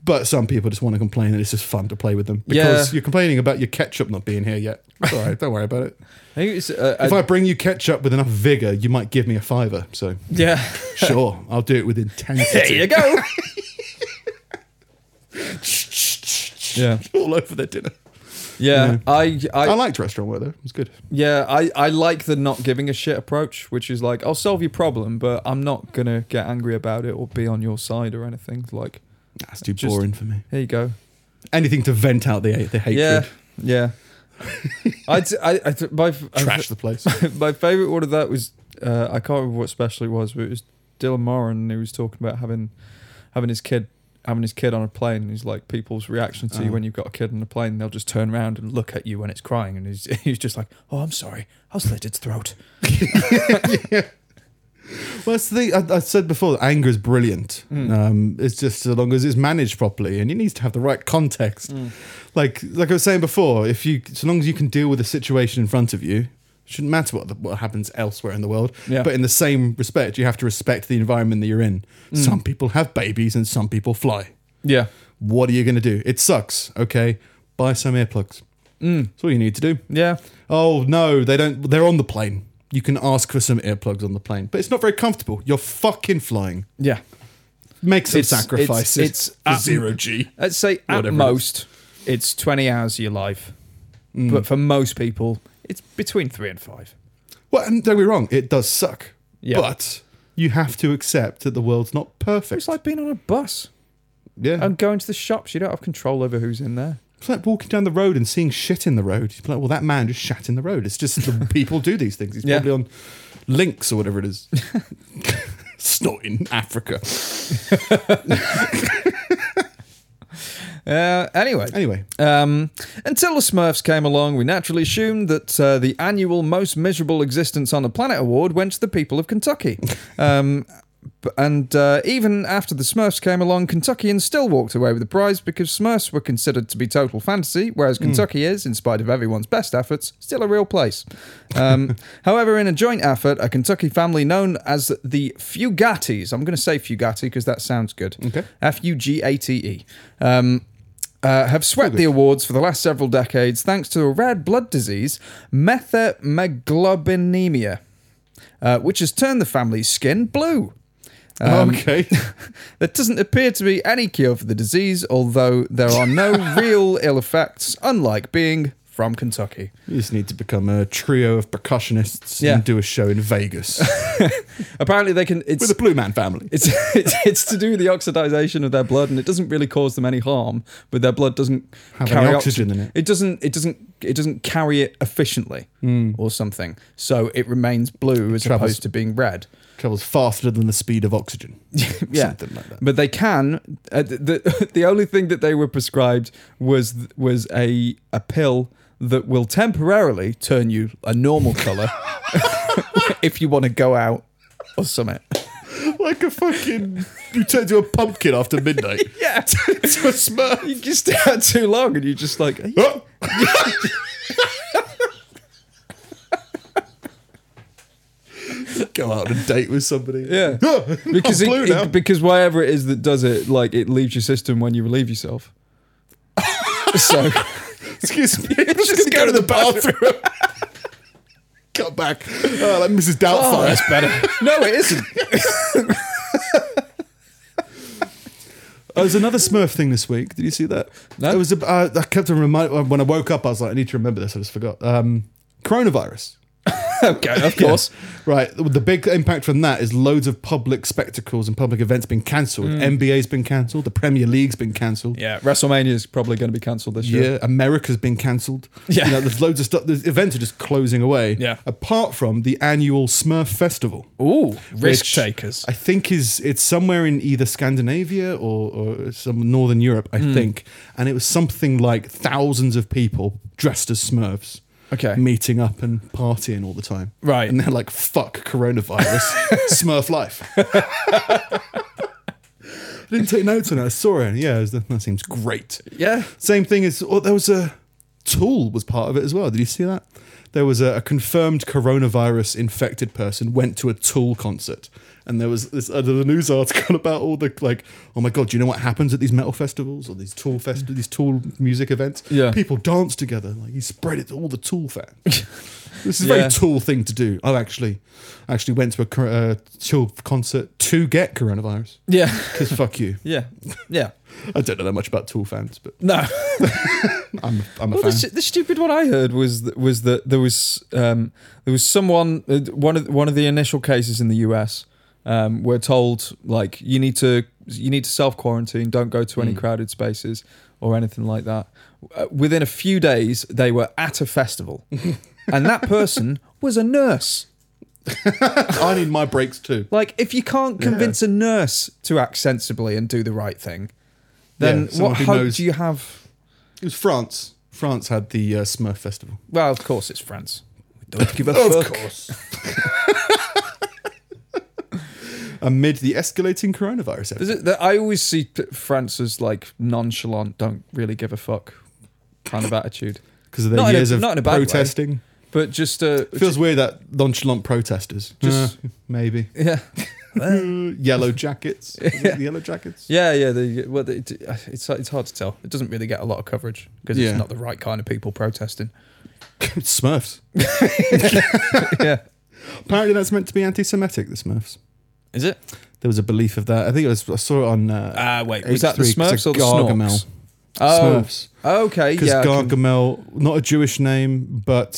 [SPEAKER 4] But some people just want to complain that it's just fun to play with them because
[SPEAKER 2] Yeah.
[SPEAKER 4] you're complaining about your ketchup not being here yet. It's all right, don't worry about it.
[SPEAKER 2] I think it's uh,
[SPEAKER 4] If
[SPEAKER 2] uh,
[SPEAKER 4] I bring you ketchup with enough vigor, you might give me a fiver. So
[SPEAKER 2] yeah.
[SPEAKER 4] sure, I'll do it with
[SPEAKER 2] there
[SPEAKER 4] intensity
[SPEAKER 2] you go. yeah,
[SPEAKER 4] all over the dinner.
[SPEAKER 2] yeah. I, I,
[SPEAKER 4] I liked restaurant work though; it's good.
[SPEAKER 2] yeah. I, I like the not giving a shit approach, which is like, I'll solve your problem, but I'm not gonna get angry about it or be on your side or anything. Like,
[SPEAKER 4] That's too
[SPEAKER 2] Just-
[SPEAKER 4] boring for me.
[SPEAKER 2] here you go.
[SPEAKER 4] Anything to vent out the the hatred,
[SPEAKER 2] Yeah, yeah. I, t- I, I t- my, f-
[SPEAKER 4] trash the place.
[SPEAKER 2] my favorite one of that was uh, I can't remember what special it was, but it was Dylan Moran who was talking about having having his kid having his kid on a plane. He's like people's reaction to you
[SPEAKER 4] Oh.
[SPEAKER 2] when you've got a kid on a plane, they'll just turn around and look at you when it's crying, and he's he's just like, "Oh, I'm sorry, I slit its throat."
[SPEAKER 4] Well, that's the thing I, I said before. Anger is brilliant. Um, it's just as long as it's managed properly, and it needs to have the right context. Like, like I was saying before, if you, so long as you can deal with the situation in front of you, it shouldn't matter what the, what happens elsewhere in the world.
[SPEAKER 2] Yeah.
[SPEAKER 4] But in the same respect, you have to respect the environment that you're in. Some people have babies, and some people fly.
[SPEAKER 2] Yeah,
[SPEAKER 4] What are you going to do? It sucks. Okay, buy some earplugs. That's all you need to do.
[SPEAKER 2] yeah,
[SPEAKER 4] Oh no, they don't. They're on the plane. You can ask for some earplugs on the plane, but it's not very comfortable. You're fucking flying.
[SPEAKER 2] yeah.
[SPEAKER 4] Make some
[SPEAKER 2] It's-
[SPEAKER 4] sacrifices.
[SPEAKER 2] it's- it's
[SPEAKER 4] for
[SPEAKER 2] at-
[SPEAKER 4] zero G.
[SPEAKER 2] Let's say
[SPEAKER 4] Whatever it
[SPEAKER 2] at
[SPEAKER 4] is.
[SPEAKER 2] most it's twenty hours of your life,
[SPEAKER 4] Mm.
[SPEAKER 2] but for most people it's between three and five.
[SPEAKER 4] Well, and don't be wrong. It does suck.
[SPEAKER 2] Yeah.
[SPEAKER 4] But you have to accept that the world's not perfect.
[SPEAKER 2] It's like um, being on a bus
[SPEAKER 4] yeah.
[SPEAKER 2] and going to the shops. You don't have control over who's in there.
[SPEAKER 4] it's like walking down the road and seeing shit in the road. You're like, well, that man just shat in the road. It's just the people do these things. He's
[SPEAKER 2] Yeah.
[SPEAKER 4] probably on links or whatever it is. it's not in Africa.
[SPEAKER 2] Uh, anyway,
[SPEAKER 4] Anyway,
[SPEAKER 2] Um, until the Smurfs came along, we naturally assumed that uh, the annual Most Miserable Existence on the Planet award went to the people of Kentucky. Um, b- and uh, even after the Smurfs came along, Kentuckians still walked away with the prize because Smurfs were considered to be total fantasy, whereas Kentucky is, in spite of everyone's best efforts, still a real place. Um, however, in a joint effort, a Kentucky family known as the Fugatis, I'm going to say Fugati because that sounds good.
[SPEAKER 4] Okay.
[SPEAKER 2] F U G A T E. Um, uh, have swept the awards for the last several decades thanks to a rare blood disease, methemoglobinemia, uh, which has turned the family's skin blue. Um,
[SPEAKER 4] okay.
[SPEAKER 2] There doesn't appear to be any cure for the disease, although there are no real ill effects, unlike being from Kentucky.
[SPEAKER 4] You just need to become a trio of percussionists
[SPEAKER 2] Yeah.
[SPEAKER 4] and do a show in Vegas
[SPEAKER 2] Apparently, they can. It's
[SPEAKER 4] with the Blue Man Family.
[SPEAKER 2] It's, it's it's to do with the oxidization of their blood, and it doesn't really cause them any harm. But their blood doesn't
[SPEAKER 4] Have
[SPEAKER 2] carry
[SPEAKER 4] any oxygen in it.
[SPEAKER 2] It doesn't. It doesn't. It doesn't carry it efficiently or something. So it remains blue as
[SPEAKER 4] Hmm. Travels-
[SPEAKER 2] opposed to being red.
[SPEAKER 4] Travels faster than the speed of oxygen.
[SPEAKER 2] Yeah,
[SPEAKER 4] Something like that.
[SPEAKER 2] but they can. Uh, the, the the only thing that they were prescribed was was a a pill that will temporarily turn you a normal color if you want to go out or something.
[SPEAKER 4] Like a fucking. You turn to a pumpkin after midnight.
[SPEAKER 2] Yeah,
[SPEAKER 4] to a smurf.
[SPEAKER 2] you just stay out too long, and you're just like, "Uh, "Are you
[SPEAKER 4] Oh, Go out on a date with somebody.
[SPEAKER 2] Yeah.
[SPEAKER 4] Oh,
[SPEAKER 2] because
[SPEAKER 4] I'm
[SPEAKER 2] it,
[SPEAKER 4] blue
[SPEAKER 2] it-
[SPEAKER 4] now.
[SPEAKER 2] because whatever it is that does it, like it leaves your system when you relieve yourself. so
[SPEAKER 4] Excuse me. Let's just go to the bathroom. Cut back. Oh, like Mrs. Doubtfire.
[SPEAKER 2] better. No, it isn't.
[SPEAKER 4] There was Oh, another Smurf thing this week. Did you see that?
[SPEAKER 2] No.
[SPEAKER 4] It was. A, uh, I kept on remind when I woke up. I was like, I need to remember this. I just forgot. Um, coronavirus.
[SPEAKER 2] okay, of course.
[SPEAKER 4] Right. The big impact from that is loads of public spectacles and public events being cancelled. NBA's been cancelled. The Premier League's been cancelled.
[SPEAKER 2] Mm. Yeah, WrestleMania is probably going to be cancelled this year.
[SPEAKER 4] Yeah, America's been cancelled.
[SPEAKER 2] Yeah.
[SPEAKER 4] You know, there's loads of stuff. The events are just closing away.
[SPEAKER 2] Yeah.
[SPEAKER 4] Apart from the annual Smurf Festival.
[SPEAKER 2] Ooh, risk
[SPEAKER 4] which
[SPEAKER 2] takers.
[SPEAKER 4] I think is it's somewhere in either Scandinavia or, or some northern Europe, I
[SPEAKER 2] Mm.
[SPEAKER 4] think. And it was something like thousands of people dressed as Smurfs.
[SPEAKER 2] Okay.
[SPEAKER 4] Meeting up and partying all the time.
[SPEAKER 2] Right.
[SPEAKER 4] And they're like, fuck coronavirus, Smurf life. I didn't take notes on it. I saw it. And yeah, it was, that seems great.
[SPEAKER 2] Yeah.
[SPEAKER 4] Same thing as, oh, there was a, Tool was part of it as well. Did you see that? There was a, a confirmed coronavirus infected person went to a Tool concert, and there was this uh, the news article about all the like, oh my god, do you know what happens at these metal festivals or these Tool fest these Tool music events?
[SPEAKER 2] Yeah.
[SPEAKER 4] people dance together. Like he spread it to all the Tool fans. this is a
[SPEAKER 2] Yeah.
[SPEAKER 4] very Tool thing to do. I actually I actually went to a cor- uh, Tool concert to get coronavirus
[SPEAKER 2] Yeah,
[SPEAKER 4] because fuck you.
[SPEAKER 2] yeah, yeah.
[SPEAKER 4] I don't know that much about Tool fans, but
[SPEAKER 2] No.
[SPEAKER 4] I'm I'm a
[SPEAKER 2] Well, the,
[SPEAKER 4] fan.
[SPEAKER 2] stu- the stupid one I heard was th- was that there was um, there was someone uh, one of one of the initial cases in the US um, were told like you need to you need to self quarantine, don't go to any crowded spaces or anything like that. Uh, within a few days, they were at a festival, and that person was a nurse.
[SPEAKER 4] I need my breaks too.
[SPEAKER 2] Like, if you can't convince a nurse to act sensibly and do the right thing,
[SPEAKER 4] Yeah,
[SPEAKER 2] then
[SPEAKER 4] someone
[SPEAKER 2] what
[SPEAKER 4] who
[SPEAKER 2] hope
[SPEAKER 4] knows-
[SPEAKER 2] do you have?
[SPEAKER 4] It was France. France had the uh, Smurf festival.
[SPEAKER 2] Well, of course, it's France.
[SPEAKER 4] Don't give a
[SPEAKER 2] course.
[SPEAKER 4] Amid the escalating coronavirus,
[SPEAKER 2] Is it that I always see p- France as like nonchalant, don't really give a fuck kind of attitude,
[SPEAKER 4] because of their
[SPEAKER 2] not in a-
[SPEAKER 4] years
[SPEAKER 2] not in a
[SPEAKER 4] of
[SPEAKER 2] bad way.
[SPEAKER 4] protesting,
[SPEAKER 2] but just uh,
[SPEAKER 4] it feels weird that nonchalant protesters
[SPEAKER 2] Just-
[SPEAKER 4] Uh, maybe
[SPEAKER 2] yeah,
[SPEAKER 4] yellow jackets, Is it the yellow jackets.
[SPEAKER 2] yeah, yeah. The, well, the, it's uh, it's hard to tell. It doesn't really get a lot of coverage because
[SPEAKER 4] Yeah.
[SPEAKER 2] it's not the right kind of people protesting.
[SPEAKER 4] Smurfs.
[SPEAKER 2] yeah,
[SPEAKER 4] Apparently, that's meant to be anti-Semitic. The Smurfs.
[SPEAKER 2] is it?
[SPEAKER 4] There was a belief of that. I think it was. I saw it on. Uh,
[SPEAKER 2] Ah, wait, was that the
[SPEAKER 4] H3, 'cause
[SPEAKER 2] Smurfs or
[SPEAKER 4] of
[SPEAKER 2] the Snorks?
[SPEAKER 4] Gargamel.
[SPEAKER 2] Oh,
[SPEAKER 4] Smurfs.
[SPEAKER 2] okay,
[SPEAKER 4] Because
[SPEAKER 2] yeah, I can-
[SPEAKER 4] Gargamel, not a Jewish name, but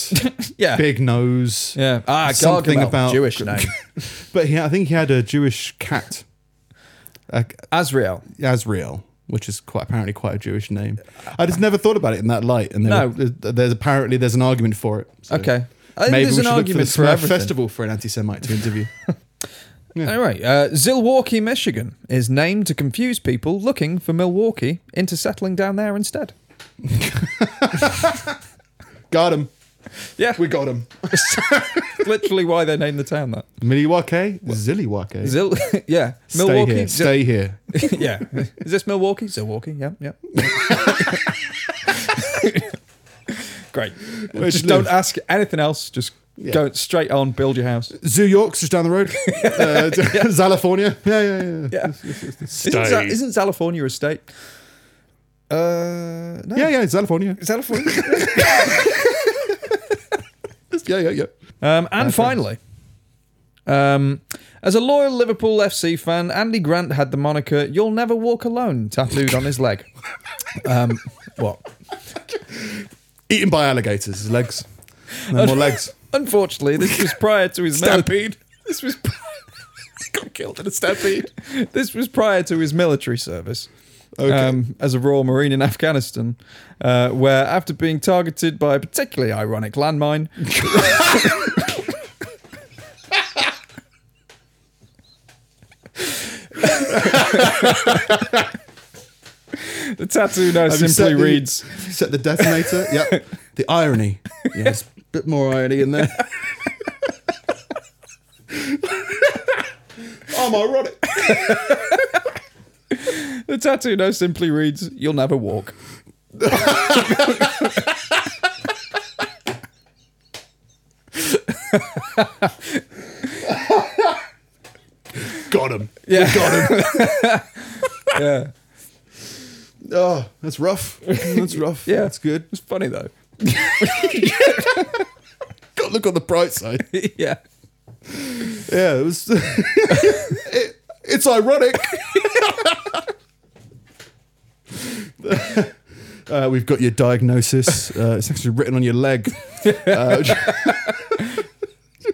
[SPEAKER 2] yeah,
[SPEAKER 4] big nose.
[SPEAKER 2] yeah. Ah,
[SPEAKER 4] something
[SPEAKER 2] Gargamel,
[SPEAKER 4] about-
[SPEAKER 2] Jewish name,
[SPEAKER 4] But he, I think he had a Jewish cat, uh,
[SPEAKER 2] Azrael.
[SPEAKER 4] Azrael, which is quite apparently quite a Jewish name. I just never thought about it in that light. And there
[SPEAKER 2] No.
[SPEAKER 4] were- there's, there's apparently there's an argument for it. So
[SPEAKER 2] Okay, I think
[SPEAKER 4] maybe
[SPEAKER 2] there's
[SPEAKER 4] we
[SPEAKER 2] an
[SPEAKER 4] should
[SPEAKER 2] argument
[SPEAKER 4] look
[SPEAKER 2] for
[SPEAKER 4] for, the Smurf
[SPEAKER 2] everything.
[SPEAKER 4] festival for an anti-Semite to interview.
[SPEAKER 2] All right. Uh, Zilwaukee, Michigan is named to confuse people looking for Milwaukee into settling down there instead.
[SPEAKER 4] got him.
[SPEAKER 2] Yeah,
[SPEAKER 4] We got him.
[SPEAKER 2] literally why they named the town that.
[SPEAKER 4] Milwaukee, Zilliwake.
[SPEAKER 2] Zil, yeah,
[SPEAKER 4] Stay
[SPEAKER 2] Milwaukee.
[SPEAKER 4] here.
[SPEAKER 2] Zil-
[SPEAKER 4] Stay here.
[SPEAKER 2] yeah, is this Milwaukee? Zilwaukee. Yeah, yeah. Great.
[SPEAKER 4] Where'd
[SPEAKER 2] just
[SPEAKER 4] you live?
[SPEAKER 2] don't ask anything else. Just go straight on. Build your house.
[SPEAKER 4] Zoo York's just down the road. uh, California. Yeah, yeah, yeah.
[SPEAKER 2] Yeah. Isn't, Za-
[SPEAKER 1] Stay.
[SPEAKER 2] isn't California a state? Uh, no.
[SPEAKER 4] Yeah, yeah, it's California.
[SPEAKER 2] California.
[SPEAKER 4] Yeah, yeah, yeah.
[SPEAKER 2] Um, and finally, um, as a loyal Liverpool FC fan, Andy Grant had the moniker "You'll Never Walk Alone" tattooed on his leg. Um, what?
[SPEAKER 4] Eaten by alligators, his legs. No more legs.
[SPEAKER 2] Unfortunately, this was prior to his
[SPEAKER 4] Stampede.
[SPEAKER 2] This was
[SPEAKER 4] He got killed in a stampede.
[SPEAKER 2] this was prior to his military service.
[SPEAKER 4] Okay.
[SPEAKER 2] Um, as a Royal Marine in Afghanistan, uh, where after being targeted by a particularly ironic landmine, the tattoo now
[SPEAKER 4] Have you
[SPEAKER 2] simply
[SPEAKER 4] set the-
[SPEAKER 2] reads
[SPEAKER 4] set the detonator. yep. The irony. Yes. a bit more irony in there. I'm ironic.
[SPEAKER 2] The tattoo now simply reads, You'll never walk.
[SPEAKER 4] Got him.
[SPEAKER 2] Yeah.
[SPEAKER 4] Got him.
[SPEAKER 2] Yeah.
[SPEAKER 4] Oh, that's rough. That's rough.
[SPEAKER 2] Yeah.
[SPEAKER 4] That's good.
[SPEAKER 2] It's funny though.
[SPEAKER 4] Got to look on the bright side.
[SPEAKER 2] yeah.
[SPEAKER 4] Yeah, it was. It- it's ironic. Uh, we've got your diagnosis. Uh, it's actually written on your leg. Uh, just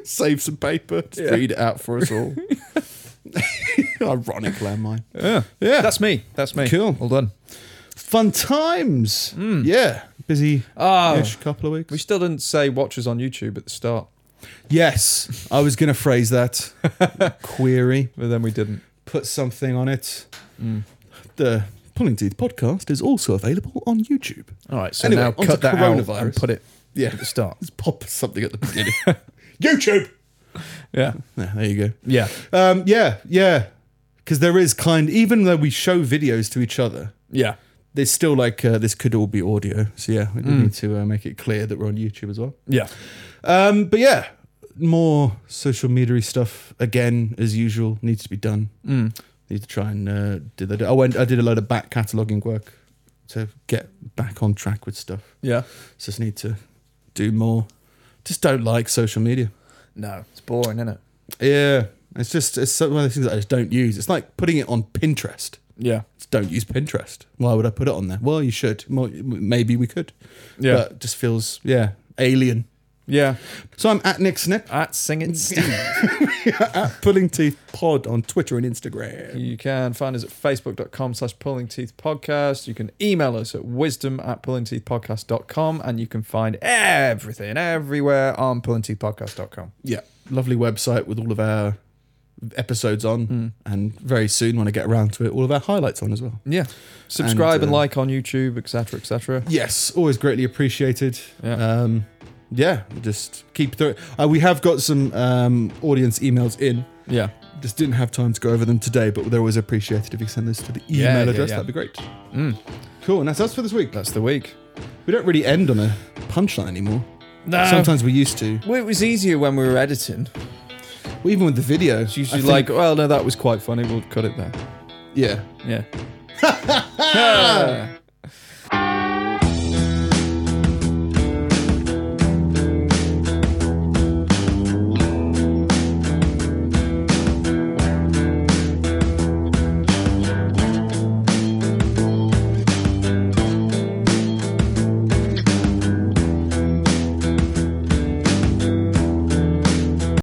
[SPEAKER 4] save some paper. Just
[SPEAKER 2] Yeah.
[SPEAKER 4] Read it out for us all. ironic landmine.
[SPEAKER 2] Yeah.
[SPEAKER 4] Yeah.
[SPEAKER 2] That's me. That's me.
[SPEAKER 4] Cool.
[SPEAKER 2] Well done.
[SPEAKER 4] Fun times. Yeah. Busy
[SPEAKER 2] Oh.
[SPEAKER 4] ish couple of weeks.
[SPEAKER 2] We still didn't say watchers on YouTube at the start,
[SPEAKER 4] yes. I was going to phrase that query.
[SPEAKER 2] but then we didn't.
[SPEAKER 4] put something on it. The Pulling Teeth podcast is also available on YouTube.
[SPEAKER 2] All right. So
[SPEAKER 4] Anyway,
[SPEAKER 2] now
[SPEAKER 4] onto
[SPEAKER 2] cut that out
[SPEAKER 4] coronavirus.
[SPEAKER 2] and put it
[SPEAKER 4] Yeah,
[SPEAKER 2] at the start.
[SPEAKER 4] just pop something at the beginning. YouTube.
[SPEAKER 2] Yeah.
[SPEAKER 4] Yeah, there you
[SPEAKER 2] Yeah.
[SPEAKER 4] go. Um, yeah, yeah. Because there is kind, even though we show videos to each other,
[SPEAKER 2] Yeah.
[SPEAKER 4] there's still like uh, this could all be audio. So yeah, we do need to uh, make it clear that we're on YouTube as well.
[SPEAKER 2] Yeah.
[SPEAKER 4] Um, but yeah, more social media stuff again as usual needs to be done. Need to try and uh, do that. I went. I did a load of back cataloging work to get back on track with stuff.
[SPEAKER 2] Yeah.
[SPEAKER 4] So just need to do more. Just don't like social media.
[SPEAKER 2] No, it's boring, isn't it?
[SPEAKER 4] Yeah, it's just it's so- one of those things that I just don't use. It's like putting it on Pinterest.
[SPEAKER 2] Yeah.
[SPEAKER 4] It's don't use Pinterest. Why would I put it on there? Well, you should. Mo- Maybe we could.
[SPEAKER 2] Yeah.
[SPEAKER 4] but it just feels yeah alien.
[SPEAKER 2] Yeah.
[SPEAKER 4] So I'm at Nick Snip,
[SPEAKER 2] At Sing It Steve.
[SPEAKER 4] at Pulling Teeth Pod on Twitter and Instagram.
[SPEAKER 2] you can find us at facebook.com slash pulling teeth podcast. You can email us at wisdom at pulling teeth podcast.com and you can find everything everywhere on pulling teeth podcast.com.
[SPEAKER 4] Yeah, lovely website with all of our episodes on, and very soon when I get around to it, all of our highlights on as well.
[SPEAKER 2] Yeah. Subscribe and,
[SPEAKER 4] uh,
[SPEAKER 2] like on YouTube, etc. etc.
[SPEAKER 4] Yes, always greatly appreciated.
[SPEAKER 2] Yeah.
[SPEAKER 4] Um, yeah, just keep through it. Uh, we have got some um, audience emails in.
[SPEAKER 2] Yeah.
[SPEAKER 4] Just didn't have time to go over them today, but they're always appreciated if you send those to the email
[SPEAKER 2] Yeah, yeah,
[SPEAKER 4] address.
[SPEAKER 2] yeah.
[SPEAKER 4] That'd be great. Hmm.
[SPEAKER 2] Mm.
[SPEAKER 4] Cool, and that's us for this week.
[SPEAKER 2] That's the week.
[SPEAKER 4] We don't really end on a punchline anymore.
[SPEAKER 2] No.
[SPEAKER 4] Sometimes we used to.
[SPEAKER 2] Well, it was easier when we were editing.
[SPEAKER 4] Well, even with the video,
[SPEAKER 2] It's usually like, well, no, that was quite funny. We'll cut it there.
[SPEAKER 4] yeah.
[SPEAKER 2] Yeah.